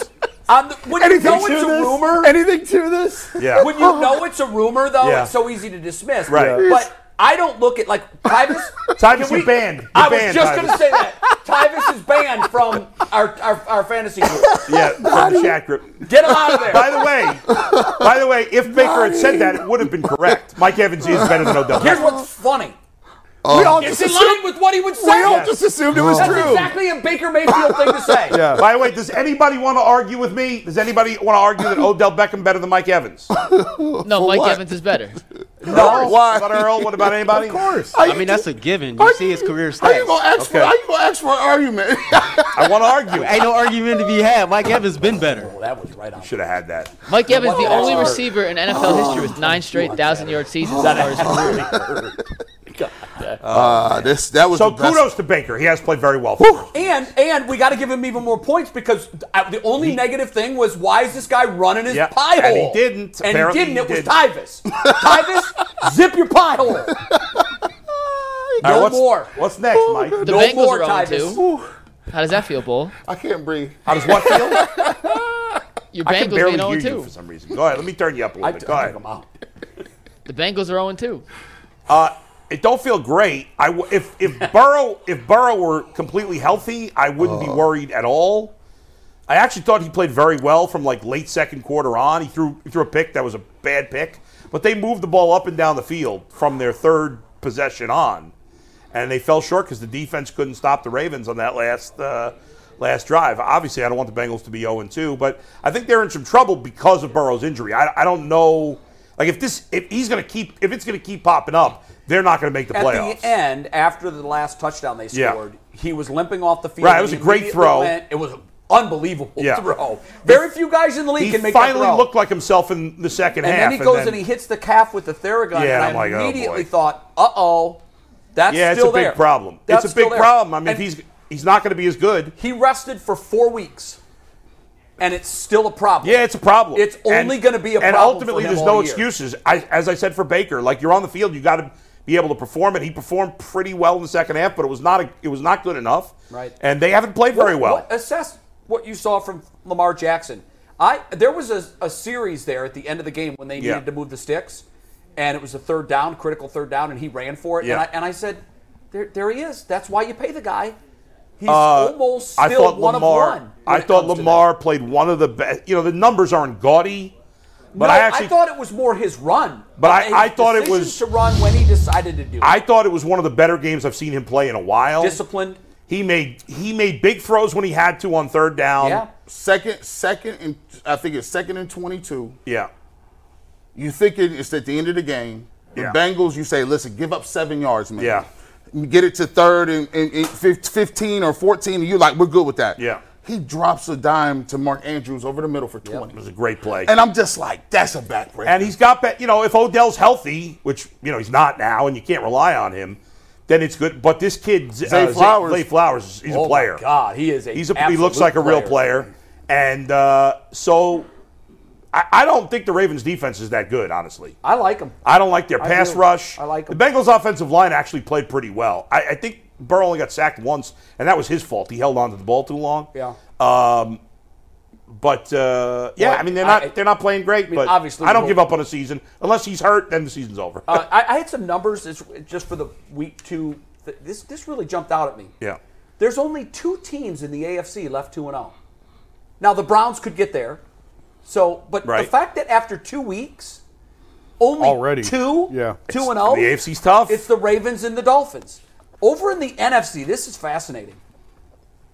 Speaker 1: on the, when you
Speaker 4: Anything
Speaker 1: know
Speaker 4: to
Speaker 1: it's a
Speaker 4: this?
Speaker 1: rumor,
Speaker 4: Oh, Anything to this?
Speaker 3: yeah.
Speaker 1: when you know it's a rumor, though,
Speaker 3: Yeah.
Speaker 1: it's so easy to dismiss.
Speaker 3: Right. Yeah.
Speaker 1: But I don't look at like Tyvus.
Speaker 3: Tyvus,
Speaker 1: can
Speaker 3: you're banned. You're
Speaker 1: I was
Speaker 3: banned,
Speaker 1: just
Speaker 3: Tyvus.
Speaker 1: gonna say that Tyvus is banned from our our, our fantasy group. (laughs)
Speaker 3: yeah, from the chat group.
Speaker 1: Get him out of there.
Speaker 3: By the way, by the way, if Baker had said that, it would have been correct. Mike Evans is better than Odell.
Speaker 1: Here's what's funny.
Speaker 4: we all
Speaker 1: It's
Speaker 4: just
Speaker 1: in
Speaker 4: assumed,
Speaker 1: line with what he would say.
Speaker 4: we all just assumed it was
Speaker 1: That's
Speaker 4: true.
Speaker 1: exactly a Baker Mayfield thing to say.
Speaker 4: Yeah.
Speaker 3: By the way, does anybody want to argue with me? Does anybody want to argue that Odell Beckham better than Mike Evans?
Speaker 2: No, Mike
Speaker 5: what?
Speaker 2: Evans is better.
Speaker 3: No.
Speaker 5: Why?
Speaker 3: What about Earl?
Speaker 1: (laughs)
Speaker 3: What about anybody?
Speaker 4: Of course.
Speaker 5: How you
Speaker 7: I mean,
Speaker 5: do-
Speaker 7: that's a given.
Speaker 5: how
Speaker 7: You see his career
Speaker 5: How you
Speaker 7: stats.
Speaker 5: gonna ask for?
Speaker 3: Okay.
Speaker 5: How you gonna ask for an argument?
Speaker 3: I want to argue.
Speaker 7: Ain't no argument to be had. Mike Evans been better.
Speaker 1: That was right on.
Speaker 3: Should have had that.
Speaker 2: Mike Evans, the only receiver in NFL history with nine straight thousand-yard seasons. That is
Speaker 5: Uh, this that was
Speaker 3: So
Speaker 5: the best-
Speaker 3: kudos to Baker. He has played very well. For us.
Speaker 1: And and we got to give him even more points because th- I- the only negative thing was why is this guy running his
Speaker 3: Yeah,
Speaker 1: pie hole?
Speaker 3: and he didn't.
Speaker 1: And
Speaker 3: Apparently
Speaker 1: he didn't.
Speaker 3: he
Speaker 1: it was
Speaker 3: did.
Speaker 1: Tyvus. Tyvus, zip your pie hole.
Speaker 3: All right,
Speaker 1: no
Speaker 3: what's,
Speaker 1: more.
Speaker 3: What's next, Mike?
Speaker 2: The
Speaker 1: No
Speaker 2: Bengals
Speaker 1: more,
Speaker 2: are 0
Speaker 1: Tyvus.
Speaker 2: 2. How does that feel, Bull?
Speaker 5: I can't breathe.
Speaker 3: How does what feel?
Speaker 2: Your
Speaker 3: I can
Speaker 2: Bengals
Speaker 3: barely
Speaker 2: being 0
Speaker 3: hear you
Speaker 2: 2.
Speaker 3: for some reason. Go ahead. Let me turn you up a little
Speaker 1: I
Speaker 3: bit.
Speaker 1: took
Speaker 3: Go ahead.
Speaker 1: him out.
Speaker 2: The Bengals are 0 2.
Speaker 3: It don't feel great. I w- if (laughs) if Burrow if Burrow were completely healthy, I wouldn't be worried at all. I actually thought he played very well from like late second quarter on. He threw he threw a pick that was a bad pick, but they moved the ball up and down the field from their third possession on, and they fell short because the defense couldn't stop the Ravens on that last uh, last drive. Obviously, I don't want the Bengals to be 0 2, but I think they're in some trouble because of Burrow's injury. I, I don't know. Like if this, if he's going to keep, if it's going to keep popping up, they're not going to make the
Speaker 1: At
Speaker 3: playoffs.
Speaker 1: the end, after the last touchdown they
Speaker 3: Yeah.
Speaker 1: scored, he was limping off the field.
Speaker 3: Right, it
Speaker 1: He
Speaker 3: was a great
Speaker 1: immediately
Speaker 3: throw.
Speaker 1: went- It was an unbelievable
Speaker 3: Yeah.
Speaker 1: throw. Very few guys in the league
Speaker 3: he
Speaker 1: can make
Speaker 3: finally
Speaker 1: that throw.
Speaker 3: looked like himself in the second
Speaker 1: and
Speaker 3: half.
Speaker 1: then he goes and, he hits the calf with the Theragun,
Speaker 3: Yeah, I'm
Speaker 1: and I
Speaker 3: like, oh,
Speaker 1: immediately
Speaker 3: boy.
Speaker 1: thought, "Uh oh, that's
Speaker 3: yeah, it's
Speaker 1: still
Speaker 3: a big
Speaker 1: there."
Speaker 3: problem.
Speaker 1: That's
Speaker 3: it's a
Speaker 1: still
Speaker 3: big
Speaker 1: there.
Speaker 3: problem. I mean,
Speaker 1: And
Speaker 3: if he's he's not going to be as good.
Speaker 1: he rested for four weeks, and it's still a problem.
Speaker 3: Yeah, it's a problem.
Speaker 1: It's only gonna be a
Speaker 3: And
Speaker 1: problem
Speaker 3: ultimately,
Speaker 1: for him
Speaker 3: there's
Speaker 1: all
Speaker 3: no
Speaker 1: year.
Speaker 3: excuses. I, as I said for Baker, like you're on the field, you got to be able to perform it. He performed pretty well in the second half, but it was not a, it was not good enough.
Speaker 1: Right.
Speaker 3: And they haven't played very
Speaker 1: What-
Speaker 3: well.
Speaker 1: what- uh, assess what you saw from Lamar Jackson. I there was a, a series there at the end of the game when they
Speaker 3: Yeah.
Speaker 1: needed to move the sticks, and it was a third down, critical third down, and he ran for it.
Speaker 3: Yeah.
Speaker 1: And, I, and I said, there, there he is. That's why you pay the guy. He's
Speaker 3: Uh,
Speaker 1: almost still
Speaker 3: I thought
Speaker 1: one
Speaker 3: Lamar.
Speaker 1: of one. when
Speaker 3: I
Speaker 1: it
Speaker 3: thought
Speaker 1: comes to
Speaker 3: Lamar
Speaker 1: that.
Speaker 3: played one of the best. You know, the numbers aren't gaudy, but
Speaker 1: no,
Speaker 3: I actually
Speaker 1: thought it was more his run.
Speaker 3: But I-
Speaker 1: His
Speaker 3: I thought it
Speaker 1: decisions
Speaker 3: was-
Speaker 1: to run when he decided to do. it.
Speaker 3: I thought it was one of the better games I've seen him play in a while.
Speaker 1: disciplined.
Speaker 3: He made he made big throws when he had to on third down.
Speaker 1: Yeah.
Speaker 5: Second, second, and I think it's second and twenty-two.
Speaker 3: Yeah.
Speaker 5: You thinking it's at the end of the game. The
Speaker 3: Yeah.
Speaker 5: Bengals, you say, listen, give up seven yards, man.
Speaker 3: Yeah.
Speaker 5: Get it to third and, and, and fif- 15 or 14, and you're like, we're good with that.
Speaker 3: Yeah.
Speaker 5: He drops a dime to Mark Andrews over the middle for 20.
Speaker 3: It was a great play.
Speaker 5: And I'm just like, that's a backbreaker.
Speaker 3: And he's got, ba- you know, if Odell's healthy, which, you know, he's not now, and you can't rely on him, then it's good. But this kid, Z-
Speaker 5: Zay
Speaker 3: uh,
Speaker 5: Flowers.
Speaker 3: Zay Flowers, he's
Speaker 1: Oh
Speaker 3: a player.
Speaker 1: My God, he is a.
Speaker 3: He's a, he looks
Speaker 1: absolute
Speaker 3: like a real player. And uh, so I, I don't think the Ravens' defense is that good, honestly.
Speaker 1: I like him.
Speaker 3: I don't like their
Speaker 1: I
Speaker 3: pass
Speaker 1: do.
Speaker 3: rush.
Speaker 1: I like 'em.
Speaker 3: The Bengals' offensive line actually played pretty well. I, I think Burrow only got sacked once, and that was his fault. He held on to the ball too long.
Speaker 1: Yeah.
Speaker 3: Um, but uh, yeah,
Speaker 1: Well,
Speaker 3: I mean they're
Speaker 1: I-
Speaker 3: not they're not playing great.
Speaker 1: mean,
Speaker 3: but
Speaker 1: obviously
Speaker 3: I don't
Speaker 1: we
Speaker 3: give
Speaker 1: hope-
Speaker 3: up on a season unless he's hurt. Then the season's over.
Speaker 1: Uh, I, I had some numbers it's just for the week two. th- This this really jumped out at me.
Speaker 3: (laughs) yeah.
Speaker 1: There's only two teams in the AFC left two and zero. Now the Browns could get there. So, but
Speaker 3: Right.
Speaker 1: the fact that after two weeks, only
Speaker 4: Already.
Speaker 1: two,
Speaker 4: Yeah.
Speaker 1: two and zero.
Speaker 3: The AFC's tough.
Speaker 1: It's the Ravens and the Dolphins. Over in the NFC, this is fascinating.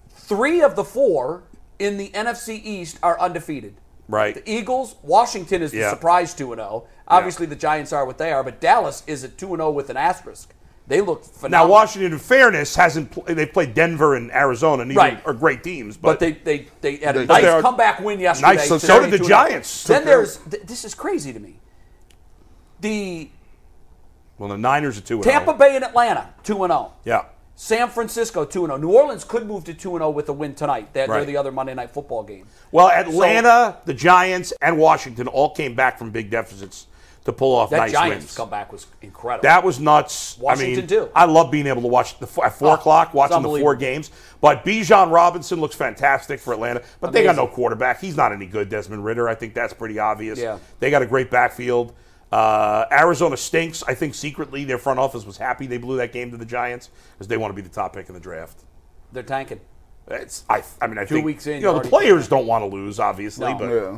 Speaker 1: Three of the four in the NFC East are undefeated.
Speaker 3: Right.
Speaker 1: The E Eagles, Washington is the
Speaker 3: Yeah.
Speaker 1: surprise 2 0. Obviously, the Giants are what they are, but Dallas is at 2 0 with an asterisk. They look
Speaker 3: now
Speaker 1: phenomenal.
Speaker 3: Washington, in fairness, hasn't pl- they've played Denver and Arizona, and these
Speaker 1: Right.
Speaker 3: are great teams.
Speaker 1: But
Speaker 3: But,
Speaker 1: they, they, they had a
Speaker 5: But
Speaker 3: they are-
Speaker 1: nice comeback win yesterday.
Speaker 3: Nice, so-
Speaker 1: to
Speaker 3: so did the
Speaker 1: 32-0.
Speaker 3: Giants.
Speaker 1: Then
Speaker 3: Took care
Speaker 1: there's, th- this is crazy to me. The
Speaker 3: well, the Niners are two. and
Speaker 1: Tampa
Speaker 3: oh.
Speaker 1: Bay and Atlanta, 2 0.
Speaker 3: Yeah.
Speaker 1: San Francisco 2 0. New Orleans could move to 2 0 with a win tonight. That, They're
Speaker 3: Right.
Speaker 1: the other Monday night football game.
Speaker 3: Well, Atlanta, the Giants, and Washington all came back from big deficits to pull off
Speaker 1: That
Speaker 3: nice
Speaker 1: Giants
Speaker 3: wins.
Speaker 1: comeback was incredible.
Speaker 3: That was nuts. I
Speaker 1: Washington,
Speaker 3: mean,
Speaker 1: too.
Speaker 3: I love being able to watch the four, at four
Speaker 1: Ah,
Speaker 3: o'clock,
Speaker 1: it's
Speaker 3: watching the
Speaker 1: unbelievable.
Speaker 3: four games. But Bijan Robinson looks fantastic for Atlanta, but they got no
Speaker 1: Amazing.
Speaker 3: quarterback. He's not any good. Desmond Ritter, I think that's pretty obvious.
Speaker 1: Yeah.
Speaker 3: they got a great backfield. Uh, Arizona stinks. I think secretly their front office was happy they blew that game to the Giants because they want to be the top pick in the draft.
Speaker 1: They're tanking.
Speaker 3: It's I. I mean, I
Speaker 1: Two
Speaker 3: think
Speaker 1: weeks in,
Speaker 3: you
Speaker 1: you're
Speaker 3: know, the
Speaker 1: already-
Speaker 3: players don't want to lose, obviously,
Speaker 1: No.
Speaker 3: but
Speaker 5: yeah.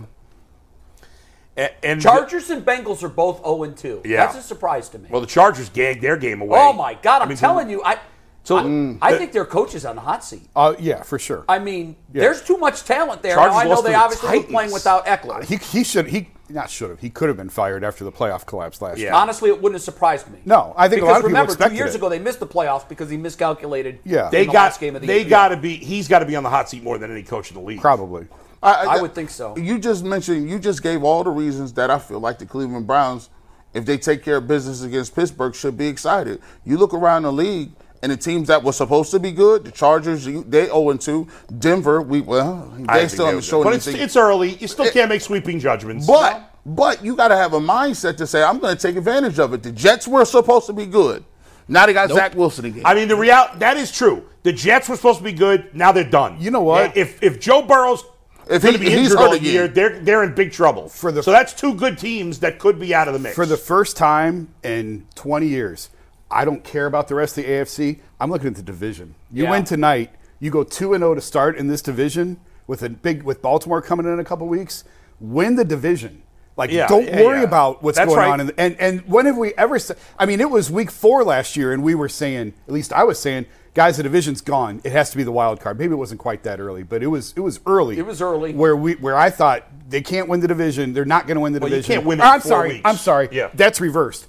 Speaker 3: a- and
Speaker 1: Chargers and Bengals are both 0 and 2.
Speaker 3: Yeah.
Speaker 1: That's a surprise to me.
Speaker 3: well, the Chargers gagged their game away.
Speaker 1: oh, my God. I'm
Speaker 3: I mean,
Speaker 1: telling you. I,
Speaker 3: So-
Speaker 1: I,
Speaker 3: Mm.
Speaker 1: I think their coach is on the hot seat.
Speaker 4: Uh, yeah, for sure.
Speaker 1: I mean, there's too much talent there.
Speaker 3: Chargers
Speaker 1: Now, I know
Speaker 3: lost to
Speaker 1: they
Speaker 3: the
Speaker 1: obviously were playing
Speaker 3: Titans. Uh,
Speaker 1: without Eckler.
Speaker 4: he he should he not should have he could have been fired after the playoff collapse last year.
Speaker 3: Yeah.
Speaker 1: Honestly, it wouldn't have surprised me.
Speaker 4: No, I think a
Speaker 1: because
Speaker 4: lot of people
Speaker 1: remember, two
Speaker 4: expected
Speaker 1: years
Speaker 4: it.
Speaker 1: ago they missed the playoffs because he miscalculated.
Speaker 4: Yeah.
Speaker 1: in
Speaker 3: They
Speaker 1: the
Speaker 3: got
Speaker 1: last game of the
Speaker 3: they
Speaker 1: year.
Speaker 3: got to be he's got to be on the hot seat more than any coach in the league.
Speaker 4: Probably.
Speaker 1: I would think so.
Speaker 5: You just mentioned, you just gave all the reasons that I feel like the Cleveland Browns, if they take care of business against Pittsburgh, should be excited. You look around the league, and the teams that were supposed to be good, the Chargers, you- they 0 2. Denver, we well,
Speaker 3: I
Speaker 5: they
Speaker 3: think
Speaker 5: still
Speaker 3: they
Speaker 5: on
Speaker 3: were
Speaker 5: the show.
Speaker 3: good. But
Speaker 5: and you
Speaker 3: it's,
Speaker 5: think-
Speaker 3: it's early. You still can't make sweeping judgments.
Speaker 5: But but you got to have a mindset to say I'm going to take advantage of it. The Jets were supposed to be good. Now they got Zach Wilson again.
Speaker 3: I mean, the real that is true. The Jets were supposed to be good. Now they're done.
Speaker 4: You know what?
Speaker 3: If if Joe Burrow's
Speaker 5: If
Speaker 3: going to
Speaker 5: he-
Speaker 3: be
Speaker 5: if he's
Speaker 3: injured
Speaker 5: hurt
Speaker 3: all
Speaker 5: again.
Speaker 3: year, they're they're in big trouble.
Speaker 4: For the-
Speaker 3: so that's two good teams that could be out of the mix.
Speaker 4: For the first time in 20 years, I don't care about the rest of the AFC. I'm looking at the division. You
Speaker 1: Yeah.
Speaker 4: win tonight, you go 2 and 0 to start in this division with a big with Baltimore coming in a couple weeks, win the division. Like
Speaker 3: Yeah,
Speaker 4: don't
Speaker 3: yeah,
Speaker 4: worry
Speaker 3: yeah.
Speaker 4: about what's
Speaker 3: That's
Speaker 4: going
Speaker 3: right.
Speaker 4: on in the, and and when have we ever said I mean it was week 4 last year and we were saying at least I was saying guys, the division's gone. It has to be the wild card. Maybe it wasn't quite that early, but it was it was early.
Speaker 1: It was early.
Speaker 4: where we where I thought they can't win the division. They're not going to win the
Speaker 3: Well, you
Speaker 4: division.
Speaker 3: can't win it
Speaker 4: I'm
Speaker 3: in four
Speaker 4: sorry.
Speaker 3: weeks.
Speaker 4: I'm sorry.
Speaker 3: Yeah.
Speaker 4: that's reversed.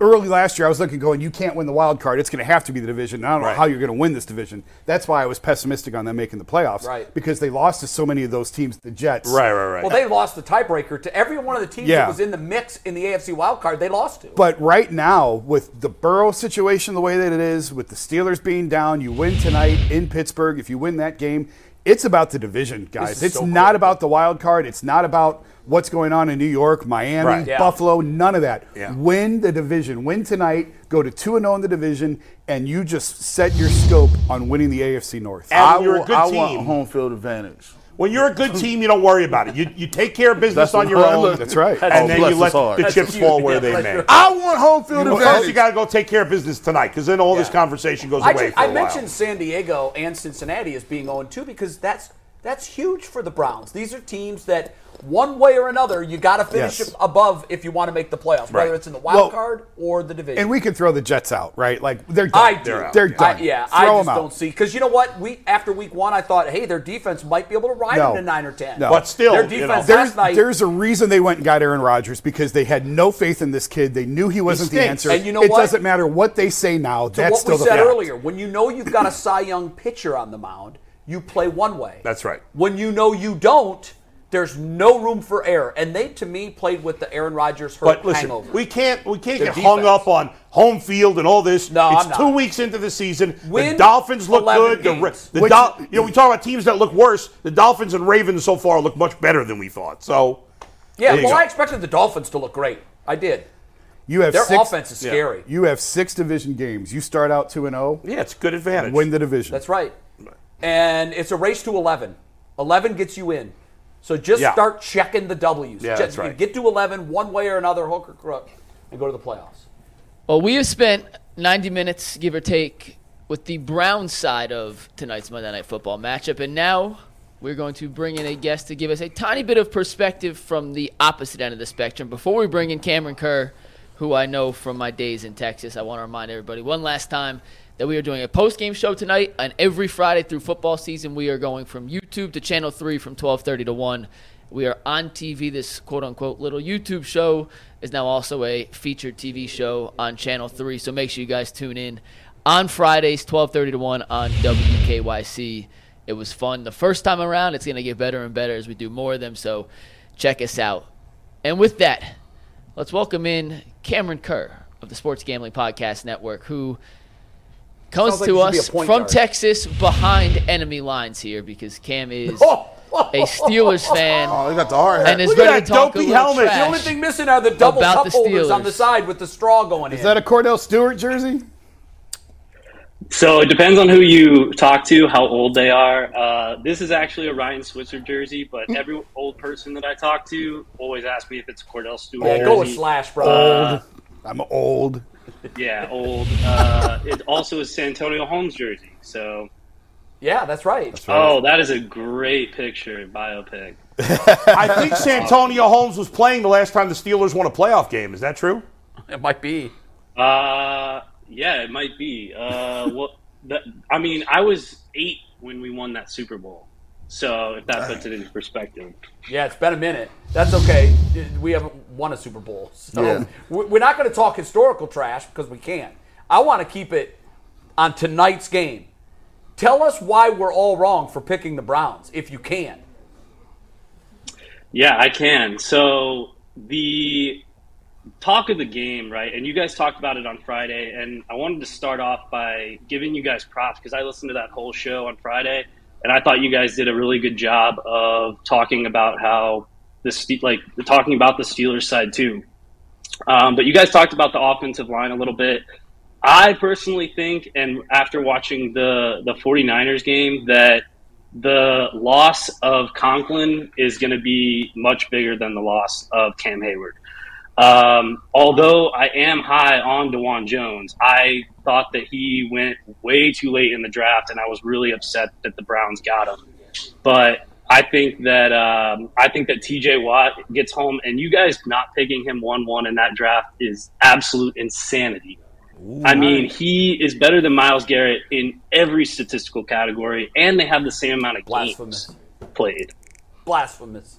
Speaker 4: Early last year, I was looking, going, you can't win the wild card. It's going to have to be the division. And I don't
Speaker 3: Right.
Speaker 4: know how you're going to win this division. That's why I was pessimistic on them making the playoffs.
Speaker 1: Right.
Speaker 4: Because they lost to so many of those teams, the Jets.
Speaker 3: Right, right, right.
Speaker 1: Well, they lost the tiebreaker to every one of the teams that
Speaker 4: Yeah.
Speaker 1: was in the mix in the AFC wild card. They lost to.
Speaker 4: But right now, with the Burrow situation the way that it is, with the Steelers being down, you win tonight in Pittsburgh. If you win that game, it's about the division, guys.
Speaker 1: is
Speaker 4: It's
Speaker 1: so
Speaker 4: not
Speaker 1: critical.
Speaker 4: about the wild card. It's not about what's going on in New York, Miami,
Speaker 3: Right.
Speaker 1: Yeah.
Speaker 4: Buffalo, none of that.
Speaker 3: Yeah.
Speaker 4: Win the division. Win tonight. Go to 2 0 in the division, and you just set your scope on winning the AFC North.
Speaker 3: Adam,
Speaker 5: I
Speaker 3: you're a
Speaker 5: wa-
Speaker 3: good
Speaker 5: I
Speaker 3: team.
Speaker 5: want home field advantage.
Speaker 3: When you're a good team, you don't worry about it. You, you take care of business
Speaker 5: That's
Speaker 3: on your
Speaker 5: what I
Speaker 3: own.
Speaker 5: look-
Speaker 4: That's right.
Speaker 5: Oh,
Speaker 3: And then
Speaker 5: bless
Speaker 3: you let
Speaker 5: his heart.
Speaker 3: the
Speaker 5: That's
Speaker 3: chips
Speaker 1: you. (laughs)
Speaker 3: fall where
Speaker 1: Yeah,
Speaker 3: they
Speaker 1: bless
Speaker 3: may.
Speaker 1: your-
Speaker 5: I want home field
Speaker 3: Well,
Speaker 5: advantage.
Speaker 3: First, you got to go take care of business tonight, because then all this
Speaker 1: Yeah.
Speaker 3: conversation goes
Speaker 1: I,
Speaker 3: away.
Speaker 1: just-
Speaker 3: for a
Speaker 1: I
Speaker 3: while.
Speaker 1: mentioned San Diego and Cincinnati as being 0 2 because that's that's huge for the Browns. These are teams that one way or another you got to finish
Speaker 4: Yes.
Speaker 1: above if you want to make the playoffs,
Speaker 3: Right.
Speaker 1: whether it's in the wild
Speaker 4: Well,
Speaker 1: card or the division.
Speaker 4: And we can throw the Jets out, right? Like, they're done.
Speaker 1: I do.
Speaker 4: They're
Speaker 1: I-
Speaker 4: done.
Speaker 1: yeah,
Speaker 4: Throw
Speaker 1: I
Speaker 4: them
Speaker 1: just
Speaker 4: out.
Speaker 1: don't see because you know what? We after week one, I thought, hey, their defense might be able to ride
Speaker 4: No.
Speaker 1: them to nine or ten.
Speaker 4: No. But
Speaker 3: still,
Speaker 1: their
Speaker 3: you know,
Speaker 1: defense
Speaker 4: There's,
Speaker 1: last night.
Speaker 4: there's a reason they went and got Aaron Rodgers because they had no faith in this kid. They knew he wasn't the
Speaker 3: stinks.
Speaker 4: answer.
Speaker 1: And you know
Speaker 4: it
Speaker 1: what?
Speaker 4: doesn't matter what they say now.
Speaker 1: to
Speaker 4: that's
Speaker 1: what
Speaker 4: still
Speaker 1: we
Speaker 4: the
Speaker 1: said
Speaker 4: fact.
Speaker 1: earlier, when you know you've got a Cy Young pitcher on the mound, you play one way.
Speaker 3: That's right.
Speaker 1: When you know you don't, there's no room for error. And they, to me, played with the Aaron Rodgers hurt
Speaker 3: But listen,
Speaker 1: hangover.
Speaker 3: we can't we can't
Speaker 1: Their
Speaker 3: get hung
Speaker 1: defense.
Speaker 3: up on home field and all this.
Speaker 1: No,
Speaker 3: it's
Speaker 1: I'm not.
Speaker 3: two weeks into the season.
Speaker 1: Win
Speaker 3: the Dolphins look
Speaker 1: 11
Speaker 3: good. The, Ra-
Speaker 1: games.
Speaker 3: the
Speaker 4: Which-
Speaker 3: Dol- you know, we talk about teams that look worse. The Dolphins and Ravens so far look much better than we thought. So
Speaker 1: yeah,
Speaker 3: there you
Speaker 1: well,
Speaker 3: go.
Speaker 1: I expected the Dolphins to look great. I did.
Speaker 4: You have
Speaker 1: Their
Speaker 4: six,
Speaker 1: offense is scary.
Speaker 4: You have six division games. You start out two and zero,
Speaker 3: yeah, it's a good advantage.
Speaker 4: win the division.
Speaker 1: That's right. And it's a race to 11. 11 gets you in. So just
Speaker 3: Yeah.
Speaker 1: start checking the W's.
Speaker 3: Yeah,
Speaker 1: Just-
Speaker 3: that's
Speaker 1: you
Speaker 3: right.
Speaker 1: Get to 11 one way or another, hook or crook, and go to the playoffs.
Speaker 2: Well, we have spent 90 minutes, give or take, with the Brown side of tonight's Monday Night Football matchup. And now we're going to bring in a guest to give us a tiny bit of perspective from the opposite end of the spectrum. Before we bring in Cameron Kerr, who I know from my days in Texas, I want to remind everybody one last time that we are doing a post-game show tonight and every Friday through football season we are going from YouTube to channel 3 from 12:30 to 1 we are on TV. This quote unquote little YouTube show is now also a featured TV show on Channel 3. So make sure you guys tune in on Fridays, 1230 to 1 on WKYC. It was fun the first time around. It's going to get better and better as we do more of them. So check us out. And with that, let's welcome in Cameron Kerr of the Sports Gambling Podcast Network, who comes
Speaker 1: Sounds like
Speaker 2: to
Speaker 1: he should be
Speaker 2: us
Speaker 1: a point
Speaker 2: from
Speaker 1: guard.
Speaker 2: Texas behind enemy lines here because Cam
Speaker 1: (laughs)
Speaker 2: is
Speaker 1: Oh!
Speaker 2: a Steelers fan
Speaker 5: Oh, they got the hard hat.
Speaker 2: and is
Speaker 3: Look at
Speaker 2: ready
Speaker 3: that
Speaker 2: to talk a
Speaker 3: dopey
Speaker 2: little
Speaker 3: helmet.
Speaker 2: trash.
Speaker 1: The only thing missing are the double
Speaker 2: About
Speaker 1: cup
Speaker 2: the
Speaker 1: holders on
Speaker 2: Steelers.
Speaker 1: the side with the straw going in.
Speaker 4: Is that a Cordell Stewart jersey?
Speaker 8: So it depends on who you talk to, how old they are. Uh, this is actually a Ryan Switzer jersey, but every old person that I talk to always asks me if it's a Cordell Stewart
Speaker 1: yeah,
Speaker 8: jersey.
Speaker 1: go with slash, bro.
Speaker 4: I'm old.
Speaker 8: Yeah, old. Uh, it also is Santonio Holmes jersey. So,
Speaker 1: yeah, that's right.
Speaker 8: oh, that is a great picture biopic.
Speaker 3: I think Santonio Holmes was playing the last time the Steelers won a playoff game. Is that true?
Speaker 1: It might be.
Speaker 8: Uh, yeah, it might be. Uh, (laughs) well, that, I mean, I was eight when we won that Super Bowl. So if that puts it into perspective.
Speaker 1: Yeah, it's been a minute. That's okay. We haven't won a Super Bowl, so
Speaker 5: Yeah.
Speaker 1: we- we're not going to talk historical trash because we can't. I want to keep it on tonight's game. Tell us why we're all wrong for picking the Browns, if you can.
Speaker 8: Yeah, I can. So the talk of the game, right? And you guys talked about it on Friday, and I wanted to start off by giving you guys props because I listened to that whole show on Friday, and I thought you guys did a really good job of talking about how the Ste- like talking about the Steelers side too. Um, but you guys talked about the offensive line a little bit. I personally think, and after watching the the 49ers game, that the loss of Conklin is going to be much bigger than the loss of Cam Hayward. Um, although I am high on Dewan Jones, I thought that he went way too late in the draft, and I was really upset that the Browns got him. But I think that um, I think that T.J. Watt gets home, and you guys not picking him one one in that draft is absolute insanity. I mean, he is better than Miles Garrett in every statistical category, and they have the same amount of games played.
Speaker 1: Blasphemous.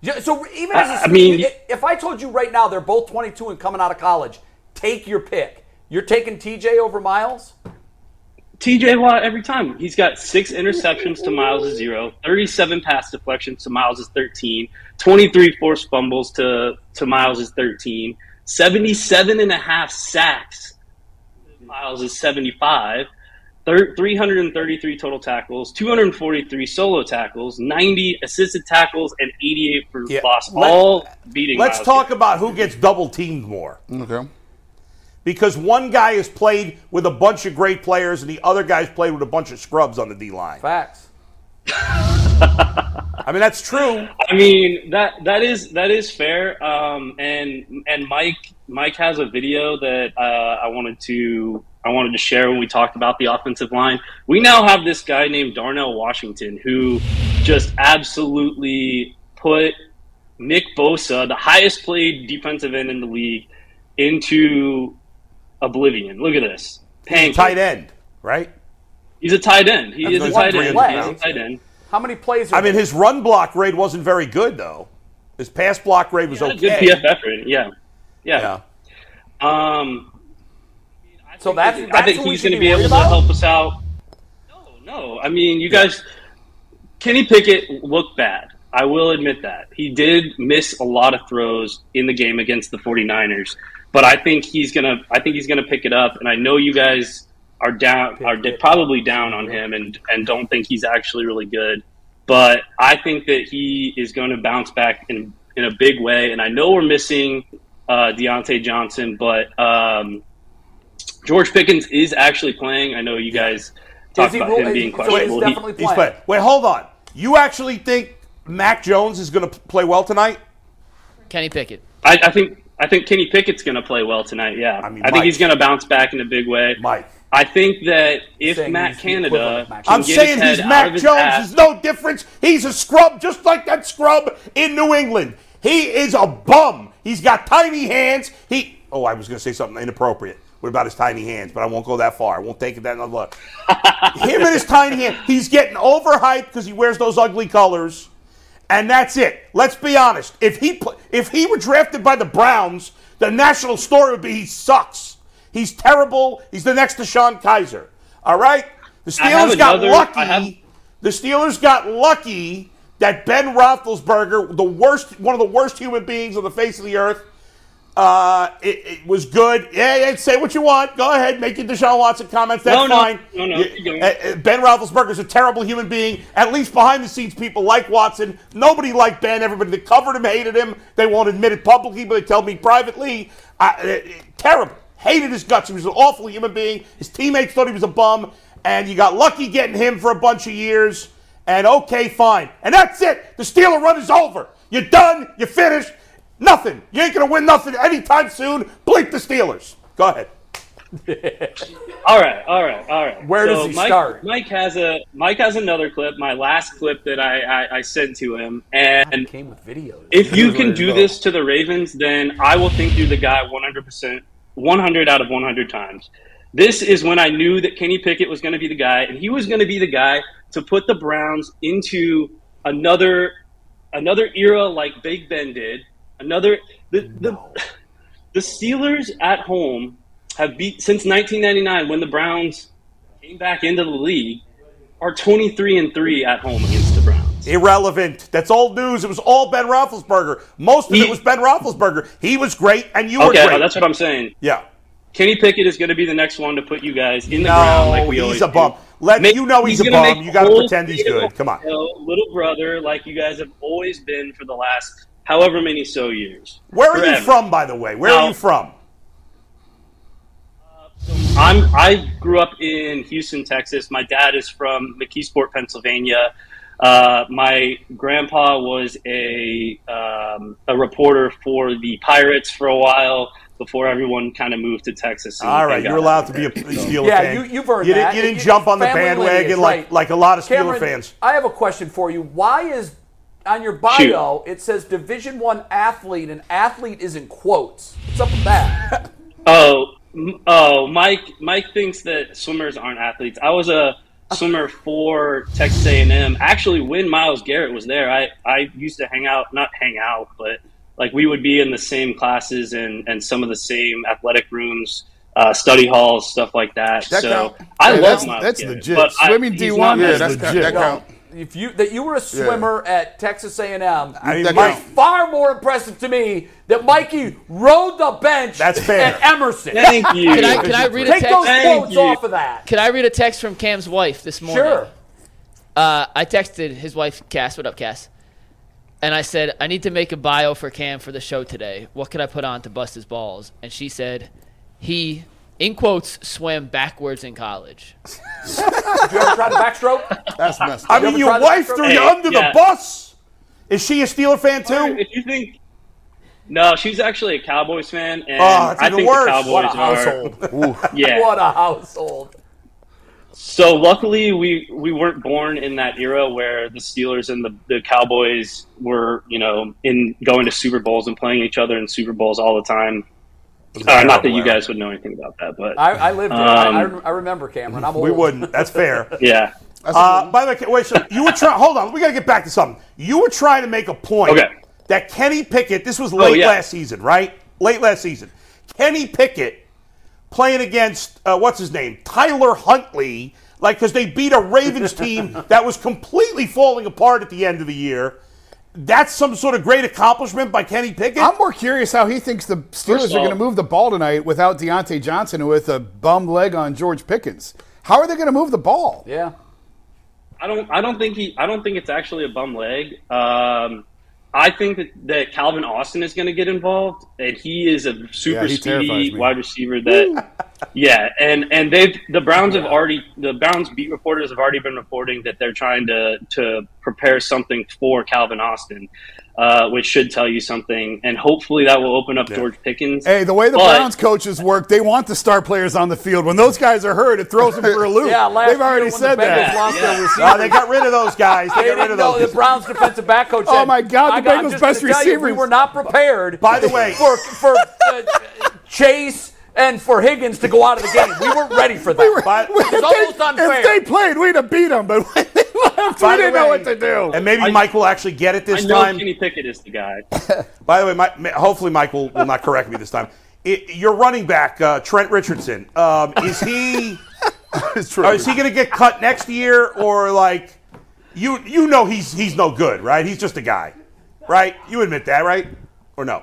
Speaker 1: Yeah, so even as a
Speaker 8: I- I mean-
Speaker 1: if- if I told you right now they're both 22 and coming out of college, take your pick. You're taking TJ over Miles?
Speaker 8: TJ Watt every time. He's got six interceptions to Miles' zero, 37 pass deflections to Miles' 13, 23 forced fumbles to, to Miles' 13, 77 and a half sacks to Miles' 75, thir- 333 total tackles, 243 solo tackles, 90 assisted tackles, and 88 for
Speaker 3: Yeah,
Speaker 8: loss,
Speaker 3: let-
Speaker 8: all beating
Speaker 3: Let's
Speaker 8: Miles
Speaker 3: talk about who gets double teamed more.
Speaker 5: Okay.
Speaker 3: Because one guy has played with a bunch of great players and the other guy's played with a bunch of scrubs on the D line.
Speaker 1: Facts.
Speaker 3: I mean, that's true.
Speaker 8: I mean that that is that is fair. Um, and and Mike Mike has a video that uh, I wanted to I wanted to share when we talked about the offensive line. We now have this guy named Darnell Washington who just absolutely put Nick Bosa, the highest played defensive end in the league, into oblivion. Look at this. Pancake.
Speaker 3: Tight end, right?
Speaker 8: He's a tight end. He is a
Speaker 3: That's
Speaker 8: tight
Speaker 3: three
Speaker 8: end.
Speaker 3: hundred
Speaker 8: He's a
Speaker 1: pounds.
Speaker 8: tight end.
Speaker 1: How many plays are
Speaker 3: I mean, his run block rate wasn't very good, though. His pass block rate was
Speaker 8: He's a good
Speaker 3: okay.
Speaker 8: PFF rating. Yeah. Yeah.
Speaker 3: Yeah.
Speaker 8: Um,
Speaker 1: so that's, that's
Speaker 8: I think
Speaker 1: who
Speaker 8: he's
Speaker 1: going
Speaker 8: going to be able to help us out. No, no. I mean, you guys, Kenny Pickett looked bad. I will admit that. He did miss a lot of throws in the game against the 49ers, but I think he's going to I think he's going to pick it up and I know you guys are down are di- probably down on him and and don't think he's actually really good, but I think that he is going to bounce back in in a big way and I know we're missing uh, Deontay Johnson, but um, George Pickens is actually playing. I know you guys talked
Speaker 1: he
Speaker 8: about
Speaker 1: ro-
Speaker 8: him being
Speaker 1: so he's
Speaker 8: questionable. He-
Speaker 1: definitely
Speaker 3: He's playing. Wait, hold on. You actually think Mac Jones is going to play well tonight?
Speaker 2: Kenny Pickett.
Speaker 8: I, I think I think Kenny Pickett's going to play well tonight. Yeah, I,
Speaker 3: mean,
Speaker 8: think
Speaker 3: Mike-
Speaker 8: he's going to bounce back in a big way.
Speaker 3: Mike.
Speaker 8: I think that if
Speaker 1: Saying
Speaker 8: Matt
Speaker 1: he's the equivalent
Speaker 8: Canada,
Speaker 1: of Mac
Speaker 8: can
Speaker 3: I'm
Speaker 8: get
Speaker 3: saying
Speaker 8: his head
Speaker 3: he's
Speaker 8: out of
Speaker 3: Mac
Speaker 8: his
Speaker 3: Jones.
Speaker 8: ass-
Speaker 3: There's no difference. He's a scrub, just like that scrub in New England. He is a bum. He's got tiny hands. He. Oh, I was going to say something inappropriate. What about his tiny hands? But I won't go that far. I won't take it that another look. Him and his tiny hand. He's getting overhyped because he wears those ugly colors, and that's it. Let's be honest. If he pl- if he were drafted by the Browns, the national story would be he sucks. He's terrible. He's the next Deshaun Kaiser. All right. The
Speaker 8: I have
Speaker 3: Steelers got
Speaker 8: another-
Speaker 3: lucky.
Speaker 8: I have-
Speaker 3: the Steelers got lucky that Ben Roethlisberger, the worst, one of the worst human beings on the face of the earth, uh, it, it was good. Yeah, yeah, say what you want. Go ahead, make your Deshaun Watson comments. That's
Speaker 8: No, no,
Speaker 3: fine.
Speaker 8: no, no,
Speaker 3: You-
Speaker 8: keep going.
Speaker 3: uh, uh, ben Roethlisberger's a terrible human being. At least behind the scenes, people like Watson. Nobody liked Ben. Everybody that covered him hated him. They won't admit it publicly, but they tell me privately. I, uh, uh, terrible. Hated his guts. He was an awful human being. His teammates thought he was a bum. And you got lucky getting him for a bunch of years. And okay, fine. And that's it. The Steeler run is over. You're done. You're finished. Nothing. You ain't going to win nothing anytime soon. Bleep the Steelers. Go ahead.
Speaker 8: All right, all right, all right.
Speaker 1: Where does he
Speaker 8: Mike,
Speaker 1: start?
Speaker 8: Mike has a Mike has another clip. My last clip that I I, I sent to him, and
Speaker 1: Came with videos.
Speaker 8: if you can
Speaker 5: ready to
Speaker 8: do
Speaker 5: go.
Speaker 8: this to the Ravens, then I will think you're the guy 100%, 100 out of 100 times. This is when I knew that Kenny Pickett was going to be the guy, and he was going to be the guy to put the Browns into another another era like Big Ben did. Another the the, the Steelers at home have beat since 1999 when the Browns came back into the league are 23 and three at home against the Browns.
Speaker 3: Irrelevant. That's old news. It was all Ben Roethlisberger. Most of
Speaker 8: He-
Speaker 3: it was Ben Roethlisberger. He was great, and you
Speaker 8: Okay,
Speaker 3: were great.
Speaker 8: that's what I'm saying.
Speaker 3: yeah.
Speaker 8: Kenny Pickett is going to be the next one to put you guys in the
Speaker 3: No,
Speaker 8: ground like we
Speaker 3: he's
Speaker 8: always
Speaker 3: a bum.
Speaker 8: do.
Speaker 3: Let- you know he's a
Speaker 8: gonna
Speaker 3: bum.
Speaker 8: make
Speaker 3: You gotta
Speaker 8: the whole
Speaker 3: pretend he's
Speaker 8: state of
Speaker 3: good. Come on.
Speaker 8: Ohio Little brother, like you guys have always been for the last however many so years.
Speaker 3: Where are
Speaker 8: Forever.
Speaker 3: you from, by the way? Where are
Speaker 8: Now-
Speaker 3: you from?
Speaker 8: I'm I grew up in Houston, Texas. My dad is from McKeesport, Pennsylvania. Uh, my grandpa was a um, a reporter for the Pirates for a while before everyone kind of moved to Texas. and-
Speaker 3: All
Speaker 8: and
Speaker 3: right,
Speaker 8: got
Speaker 3: you're
Speaker 8: out
Speaker 3: allowed to
Speaker 8: there.
Speaker 3: be a Steeler
Speaker 1: Yeah,
Speaker 3: fan.
Speaker 1: you- you've earned
Speaker 3: you didn't,
Speaker 1: that.
Speaker 3: You didn't
Speaker 1: You-
Speaker 3: jump on the
Speaker 1: family
Speaker 3: bandwagon
Speaker 1: lineage,
Speaker 3: like
Speaker 1: right.
Speaker 3: like a lot of Steeler
Speaker 1: Cameron,
Speaker 3: fans.
Speaker 1: I have a question for you. Why is on your bio it says
Speaker 3: (laughs)
Speaker 1: Division One athlete and athlete is in quotes? What's up with that?
Speaker 8: Oh, M- Oh, Mike. Mike thinks that swimmers aren't athletes. I was a swimmer for Texas A&M. Actually, when Miles Garrett was there, I I used to hang out, not hang out, but like we would be in the same classes and and some of the same athletic rooms, uh, study halls, stuff like that.
Speaker 5: That
Speaker 8: so
Speaker 5: count?
Speaker 8: I
Speaker 5: Yeah,
Speaker 8: love
Speaker 5: that's-
Speaker 8: Miles
Speaker 4: that's
Speaker 8: Garrett,
Speaker 4: legit.
Speaker 8: but I-
Speaker 4: Swimming
Speaker 8: he's
Speaker 4: D1
Speaker 8: not
Speaker 4: is
Speaker 8: athletic.
Speaker 5: that's count-
Speaker 4: legit.
Speaker 5: that count.
Speaker 1: If you that you were a swimmer at Texas A&M,
Speaker 5: mean,
Speaker 1: is
Speaker 5: Mike-
Speaker 1: far more impressive to me that Mikey rode the bench
Speaker 3: That's fair.
Speaker 1: at Emerson.
Speaker 8: Thank you.
Speaker 2: Can I, can I read a
Speaker 1: Take those
Speaker 2: text?
Speaker 8: Thank
Speaker 1: quotes
Speaker 8: you.
Speaker 1: off of that.
Speaker 2: Can I read a text from Cam's wife this morning?
Speaker 1: Sure.
Speaker 2: Uh, I texted his wife, Cass. What up, Cass? And I said, I need to make a bio for Cam for the show today. What could I put on to bust his balls? And she said, he, in quotes, swam backwards in college.
Speaker 1: Did you ever try to
Speaker 3: (laughs)
Speaker 1: backstroke?
Speaker 5: That's messed up.
Speaker 3: I mean,
Speaker 1: ever
Speaker 3: your
Speaker 1: tried to
Speaker 3: wife
Speaker 1: throw-
Speaker 3: threw
Speaker 8: Hey,
Speaker 3: you under
Speaker 8: yeah.
Speaker 3: the bus. Is she a Steeler fan too?
Speaker 8: If you think. No, she's actually a Cowboys fan, and
Speaker 3: Oh, that's
Speaker 8: I
Speaker 3: even
Speaker 8: think
Speaker 3: worse.
Speaker 8: the Cowboys
Speaker 3: What a
Speaker 8: are. Yeah.
Speaker 1: What a household.
Speaker 8: So luckily, we we weren't born in that era where the Steelers and the, the Cowboys were, you know, in going to Super Bowls and playing each other in Super Bowls all the time. Uh, not that you guys would know anything about that, but
Speaker 1: I, I lived it. I-
Speaker 8: Um,
Speaker 1: I, rem- I remember Cameron. I'm old.
Speaker 3: We wouldn't. That's fair.
Speaker 8: yeah,
Speaker 3: Uh, by the way, wait. So you were trying. Hold on. We got to get back to something. You were trying to make a point
Speaker 8: Okay. Oh,
Speaker 3: that Kenny Pickett. This was late
Speaker 8: yeah.
Speaker 3: last season, right? Late last season. Kenny Pickett playing against uh, what's his name, Tyler Huntley, like because they beat a Ravens team
Speaker 8: (laughs)
Speaker 3: that was completely falling apart at the end of the year. That's some sort of great accomplishment by Kenny Pickett.
Speaker 4: I'm more curious how he thinks the Steelers
Speaker 8: of
Speaker 4: are going to
Speaker 8: all-
Speaker 4: move the ball tonight without Deontay Johnson and with a bum leg on George Pickens. How are they going to move the ball?
Speaker 1: Yeah.
Speaker 8: I don't I don't think he I don't think it's actually a bum leg. Um, I think that, that Calvin Austin is going to get involved, and he is a super
Speaker 4: Yeah, he terrifies
Speaker 8: speedy
Speaker 4: me.
Speaker 8: wide receiver. That (laughs) yeah, and and they've the Browns have already the Browns beat reporters have already been reporting that they're trying to to prepare something for Calvin Austin, uh, which should tell you something, and hopefully that will open up George Pickens.
Speaker 4: Hey, the way the
Speaker 8: But-
Speaker 4: Browns coaches work, they want the star players on the field. When those guys are hurt, it throws them for a
Speaker 1: (laughs)
Speaker 4: loop.
Speaker 1: Yeah, last
Speaker 4: They've already
Speaker 1: year when
Speaker 4: said
Speaker 1: the Bengals
Speaker 4: that. Oh,
Speaker 1: Lost their receiver,
Speaker 3: Uh, they got rid of those guys.
Speaker 1: (laughs)
Speaker 3: They,
Speaker 1: they
Speaker 3: got rid
Speaker 1: didn't
Speaker 3: of
Speaker 1: know
Speaker 3: those.
Speaker 1: the Browns defensive back coach.
Speaker 4: (laughs) Oh
Speaker 1: said,
Speaker 4: my God, the
Speaker 1: I got- I'm
Speaker 4: Bengals'
Speaker 1: just
Speaker 4: best
Speaker 1: gonna tell You, we
Speaker 4: receivers."
Speaker 1: were not prepared.
Speaker 3: By the way-
Speaker 1: for for uh, Chase and for Higgins to go out of the game, we weren't ready for that.
Speaker 3: But-
Speaker 1: it's almost unfair.
Speaker 4: If they played, we'd have beat them, but (laughs) when they left, we
Speaker 3: By the
Speaker 4: didn't know
Speaker 3: way-
Speaker 4: what to do.
Speaker 3: And maybe
Speaker 8: I-
Speaker 3: Mike will actually get it
Speaker 8: I
Speaker 3: this
Speaker 8: know
Speaker 3: time.
Speaker 8: Kenny Pickett is the guy.
Speaker 3: By the way, my, ma- hopefully Mike will, will not correct me this time. I your running back, uh, Trent Richardson, um, is he (laughs)
Speaker 5: It's true.
Speaker 3: or is he going to get cut next year or like you you know he's he's no good, right? He's just a guy, right? You admit that, right? Or no?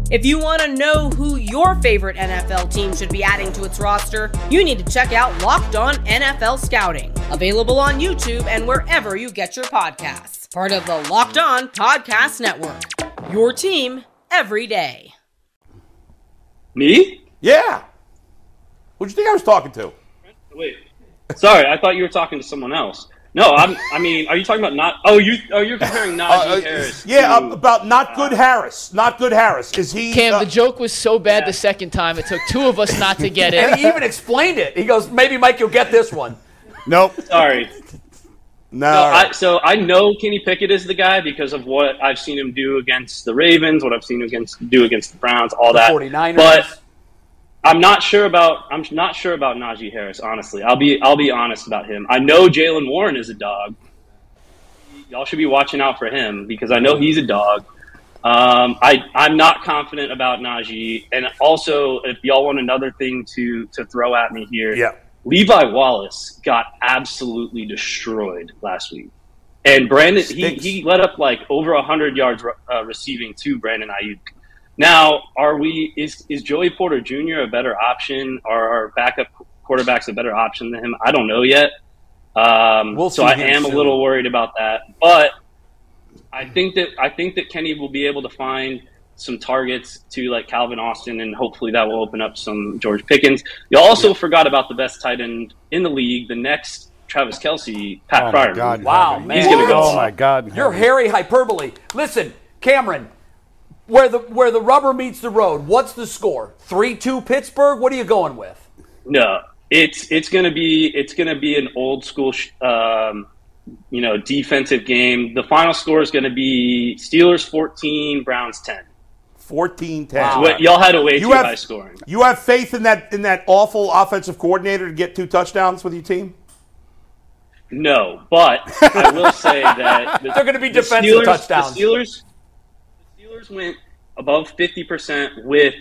Speaker 6: If you want to know who your favorite NFL team should be adding to its roster, you need to check out Locked On NFL Scouting, available on YouTube and wherever you get your podcasts. Part of the Locked On Podcast Network. Your team every day.
Speaker 8: Me?
Speaker 3: Yeah. Who'd you think I was talking to?
Speaker 8: Wait. Sorry, I thought you were talking to someone else. No, I'm. I mean, are you talking about not? Oh, you. Oh, you're comparing Najee
Speaker 5: uh,
Speaker 8: Harris.
Speaker 3: Yeah,
Speaker 8: to-
Speaker 3: uh, about not good Harris. Not good Harris. Is he?
Speaker 2: Cam,
Speaker 3: uh,
Speaker 2: the joke was so bad the second time it took two of us not to
Speaker 1: (laughs)
Speaker 2: get
Speaker 1: and he
Speaker 2: it.
Speaker 1: even explained it. He goes, "Maybe Mike, you'll get this one."
Speaker 4: nope.
Speaker 8: sorry.
Speaker 4: No.
Speaker 8: So
Speaker 3: uh,
Speaker 8: I, so I know Kenny Pickett is the guy because of what I've seen him do against the Ravens, what I've seen him against do against the Browns, all that.
Speaker 1: 49ers.
Speaker 8: But I'm not sure about I'm not sure about Najee Harris. Honestly, I'll be I'll be honest about him. I know Jalen Warren is a dog. Y'all should be watching out for him because I know he's a dog. Um, I I'm not confident about Najee. And also, if y'all want another thing to to throw at me here,
Speaker 3: Yeah.
Speaker 8: Levi Wallace got absolutely destroyed last week. And Brandon, he,
Speaker 3: Stinks.
Speaker 8: he let up like over 100 yards uh, receiving to Brandon Ayuk. Now, are we, is, is Joey Porter Jr. a better option? Are our backup quarterbacks a better option than him? I don't know yet. Um,
Speaker 1: We'll
Speaker 8: so
Speaker 1: see
Speaker 8: I
Speaker 1: him
Speaker 8: am
Speaker 1: soon.
Speaker 8: a little worried about that. But I think that, I think that Kenny will be able to find some targets to like Calvin Austin, and hopefully that will open up some George Pickens. You also forgot about the best tight end in the league, the next Travis Kelsey,
Speaker 1: Oh
Speaker 8: Pat
Speaker 4: my
Speaker 8: Fryer.
Speaker 4: God,
Speaker 1: Wow, man.
Speaker 8: Oh, He's gonna go.
Speaker 4: Oh my God.
Speaker 1: Your hairy hyperbole. Listen, Cameron, where the where the rubber meets the road, what's the score? Three two Pittsburgh. What are you going with?
Speaker 8: No, it's it's gonna be it's gonna be an old school, sh- um, you know, defensive game. The final score is gonna be Steelers fourteen, Browns ten.
Speaker 3: 14 10.
Speaker 8: What- y'all had a way
Speaker 3: You
Speaker 8: too
Speaker 3: have-
Speaker 8: high scoring.
Speaker 3: You have faith in that in that awful offensive coordinator to get two touchdowns with your team?
Speaker 8: No, but I
Speaker 1: (laughs)
Speaker 8: will say that the,
Speaker 1: They're going to be
Speaker 8: the
Speaker 1: defensive
Speaker 8: Steelers,
Speaker 1: touchdowns.
Speaker 8: The Steelers, the Steelers went above fifty percent with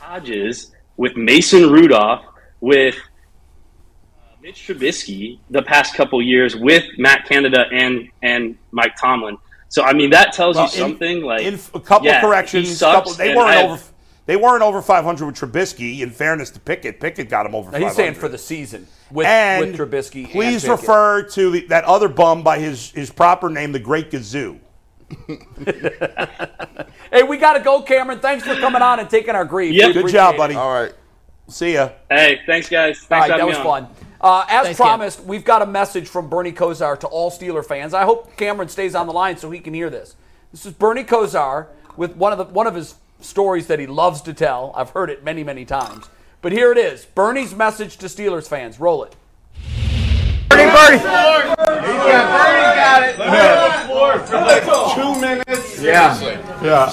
Speaker 8: Hodges, with Mason Rudolph, with uh, Mitch Trubisky the past couple years, with Matt Canada and and Mike Tomlin. So I mean that tells
Speaker 3: Well,
Speaker 8: you something. like
Speaker 3: in f- a couple
Speaker 8: yeah, he
Speaker 3: corrections,
Speaker 8: sucks,
Speaker 3: couple, they
Speaker 8: and
Speaker 3: weren't
Speaker 8: I-
Speaker 3: over they weren't over 500 with Trubisky. In fairness to Pickett, Pickett got him over.
Speaker 1: Now, he's
Speaker 3: 500.
Speaker 1: saying for the season with
Speaker 3: and
Speaker 1: with Trubisky.
Speaker 3: Please
Speaker 1: and Pickett.
Speaker 3: refer to the, that other bum by his his proper name, the Great Gazoo.
Speaker 1: Hey, we got to go, Cameron. Thanks for coming on and taking our grief.
Speaker 8: Yep.
Speaker 1: We
Speaker 8: Good
Speaker 3: Good
Speaker 1: appreciate
Speaker 3: job,
Speaker 1: it.
Speaker 3: buddy.
Speaker 5: All right.
Speaker 3: See ya.
Speaker 8: Hey, thanks guys. Thanks
Speaker 1: All
Speaker 8: for
Speaker 1: right, that
Speaker 8: having
Speaker 1: was
Speaker 8: me on.
Speaker 1: fun. Uh, as
Speaker 2: Thanks, Cam.
Speaker 1: promised, we've got a message from Bernie Kosar to all Steeler fans. I hope Cameron stays on the line so he can hear this. This is Bernie Kosar with one of the one of his stories that he loves to tell. I've heard it many, many times. But here it is. Bernie's message to Steelers fans. Roll it.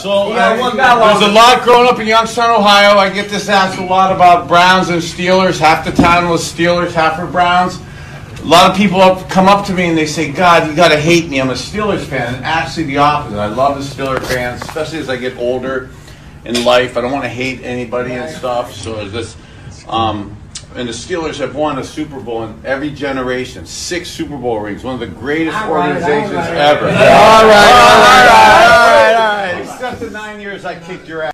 Speaker 9: There's a lot growing up in Youngstown, Ohio. I get this asked a lot about Browns and Steelers. Half the town was Steelers, half were Browns. A lot of people up, come up to me and they say, God, you gotta hate me. I'm a Steelers fan. And actually, the opposite. I love the Steelers fans, especially as I get older in life. I don't want to hate anybody and stuff. So it's just, um, and the Steelers have won a Super Bowl in every generation, six Super Bowl rings, one of the greatest organizations ever. all right, all right, all right. Except the nine years I kicked your ass.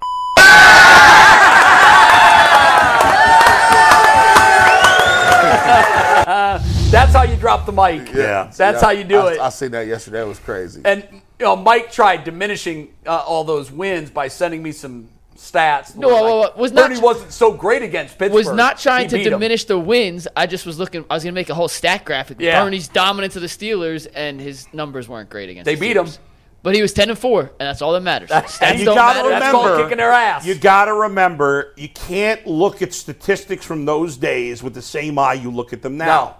Speaker 1: That's how you drop the mic.
Speaker 5: Yeah.
Speaker 1: That's how you do
Speaker 5: I,
Speaker 1: it.
Speaker 5: I seen that yesterday. It was crazy.
Speaker 1: And you know, Mike tried diminishing uh, all those wins by sending me some stats.
Speaker 2: No, whoa, whoa, whoa. Was not-
Speaker 1: Bernie wasn't so great against Pittsburgh.
Speaker 2: was not trying
Speaker 1: He
Speaker 2: to
Speaker 1: beat 'em.
Speaker 2: diminish the wins. I just was looking. I was gonna make a whole stat graphic. with
Speaker 1: Yeah.
Speaker 2: Bernie's dominance of the Steelers, and his numbers weren't great against.
Speaker 1: They
Speaker 2: the
Speaker 1: beat him.
Speaker 2: Steelers. but he was ten and four, and that's all that matters. Stats
Speaker 3: you
Speaker 2: don't
Speaker 3: gotta
Speaker 2: matter.
Speaker 1: That's called
Speaker 3: remember-
Speaker 1: kicking their ass.
Speaker 3: You got to remember, you can't look at statistics from those days with the same eye you look at them now.
Speaker 1: No.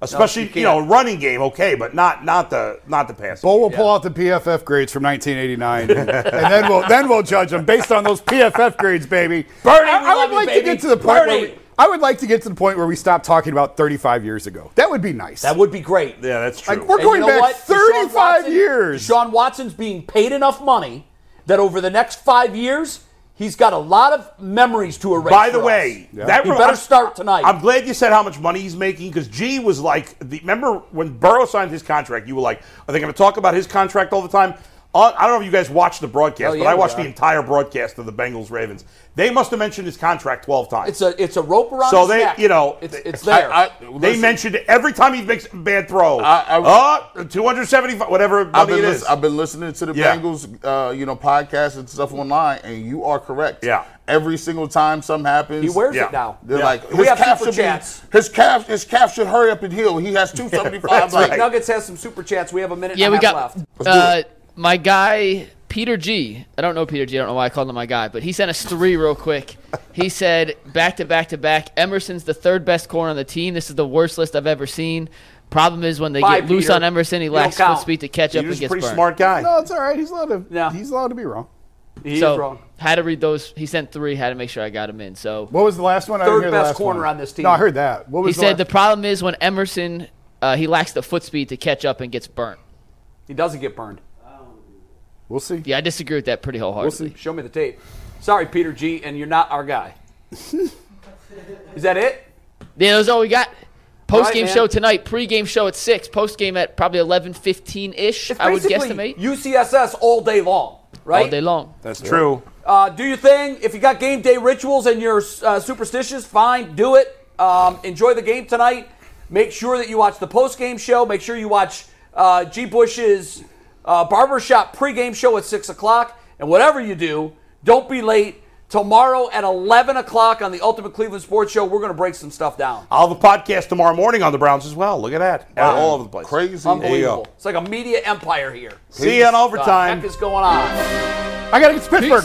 Speaker 3: Especially,
Speaker 1: you
Speaker 3: you, know,
Speaker 1: can't.
Speaker 3: running game, okay, but not not the not the pass.
Speaker 4: Bo will pull out the PFF grades from 1989, and, and then we'll then we'll judge them based on those PFF grades, baby.
Speaker 1: Bernie,
Speaker 4: I,
Speaker 1: we
Speaker 4: I
Speaker 1: love
Speaker 4: would
Speaker 1: you,
Speaker 4: like
Speaker 1: baby.
Speaker 4: to get to the point where
Speaker 1: Bernie.
Speaker 4: we, I would like to get to the point where we stop talking about 35 years ago. That would be nice.
Speaker 1: That would be great.
Speaker 3: Yeah, that's true.
Speaker 4: like we're going back 35 years.
Speaker 1: Sean Watson's being paid enough money that over the next five years, he's got a lot of memories to erase.
Speaker 3: By the
Speaker 1: for
Speaker 3: way,
Speaker 1: us.
Speaker 3: that
Speaker 1: he
Speaker 3: rem-
Speaker 1: better
Speaker 3: I'm-
Speaker 1: start tonight.
Speaker 3: I'm glad you said how much money he's making because G was like, the, remember when Burrow signed his contract? You were like, are they going to talk about his contract all the time? Uh, I don't know if you guys watched the broadcast,
Speaker 1: Oh, yeah,
Speaker 3: but I
Speaker 1: we
Speaker 3: watched
Speaker 1: are.
Speaker 3: the entire broadcast of the Bengals Ravens. They must have mentioned his contract 12 times.
Speaker 1: it's a it's a rope around.
Speaker 3: So
Speaker 1: his
Speaker 3: they-
Speaker 1: neck.
Speaker 3: you know,
Speaker 1: it's
Speaker 3: they-
Speaker 1: it's
Speaker 5: I-
Speaker 1: there.
Speaker 5: I-
Speaker 3: They
Speaker 5: listen,
Speaker 3: mentioned it every time he makes a bad throw.
Speaker 5: I-
Speaker 3: oh, 275, whatever
Speaker 5: I've
Speaker 3: money
Speaker 5: been,
Speaker 3: it
Speaker 5: lis-
Speaker 3: is.
Speaker 5: I've been listening to the
Speaker 3: Yeah.
Speaker 5: Bengals, uh, you know, podcasts and stuff online, and you are correct.
Speaker 3: Yeah.
Speaker 5: Every single time something happens,
Speaker 1: he wears
Speaker 3: yeah.
Speaker 1: it now.
Speaker 5: They're
Speaker 3: Yeah.
Speaker 5: like,
Speaker 1: We
Speaker 5: his
Speaker 1: have
Speaker 5: calf
Speaker 1: super
Speaker 5: should
Speaker 1: chats.
Speaker 5: be, his calf, his calf should hurry up and heal. He
Speaker 1: (laughs)
Speaker 5: has two seventy five.
Speaker 1: Mike
Speaker 5: like,
Speaker 1: Nuggets has some super chats. We have a minute.
Speaker 2: Yeah,
Speaker 1: and a
Speaker 2: we
Speaker 1: half
Speaker 2: got
Speaker 1: left.
Speaker 2: uh, my guy Peter G. I don't know Peter G. I don't know why I called him my guy, but he sent us three real quick.
Speaker 1: (laughs)
Speaker 2: He said back to back to back. Emerson's the third best corner on the team. This is the worst list I've ever seen. Problem is when they
Speaker 1: Bye,
Speaker 2: get loose
Speaker 1: Peter.
Speaker 2: on Emerson, he
Speaker 1: You
Speaker 2: lacks
Speaker 1: don't
Speaker 2: foot
Speaker 1: count.
Speaker 2: speed to catch up
Speaker 3: He's
Speaker 2: and
Speaker 3: a
Speaker 2: gets
Speaker 3: pretty
Speaker 2: burned.
Speaker 3: smart guy.
Speaker 4: no, it's all right. He's allowed to.
Speaker 1: Yeah.
Speaker 4: He's allowed to be wrong.
Speaker 1: He's
Speaker 2: so
Speaker 1: wrong.
Speaker 2: had to read those. He sent three. Had to make sure I got him in. So
Speaker 4: What was the last one? I
Speaker 1: Third
Speaker 4: didn't hear the
Speaker 1: best
Speaker 4: last
Speaker 1: corner
Speaker 4: one.
Speaker 1: on this team.
Speaker 4: No, I heard that. What
Speaker 2: he
Speaker 4: was
Speaker 2: said
Speaker 4: the
Speaker 2: the problem is when Emerson uh, he lacks the foot speed to catch up and gets burnt.
Speaker 1: He doesn't get burned.
Speaker 4: We'll see.
Speaker 2: Yeah, I disagree with that pretty wholeheartedly.
Speaker 4: We'll see.
Speaker 1: Show me the tape. Sorry, Peter G. And you're not our guy. Is that it?
Speaker 2: Yeah, that's all we got. Post game
Speaker 1: man.
Speaker 2: show tonight. Pre game show at six. Post game at probably eleven fifteen ish.
Speaker 1: It's
Speaker 2: I would
Speaker 1: basically
Speaker 2: guesstimate.
Speaker 1: UCSS all day long, right?
Speaker 2: all day long.
Speaker 3: That's true.
Speaker 1: Uh, do your thing. If you got game day rituals and you're uh, superstitious, fine, do it. Um, enjoy the game tonight. Make sure that you watch the post game show. Make sure you watch uh, G. Bush's uh, barbershop pregame show at 6 o'clock. And whatever you do, don't be late. Tomorrow at 11 o'clock on the Ultimate Cleveland Sports Show, we're going to break some stuff down.
Speaker 3: I'll have a podcast tomorrow morning on the Browns as well. Look at that. All over the place. Crazy.
Speaker 1: Unbelievable. It's like a media empire here.
Speaker 3: See you in
Speaker 1: What
Speaker 3: overtime.
Speaker 1: The heck is going on?
Speaker 4: I gotta get to Pittsburgh.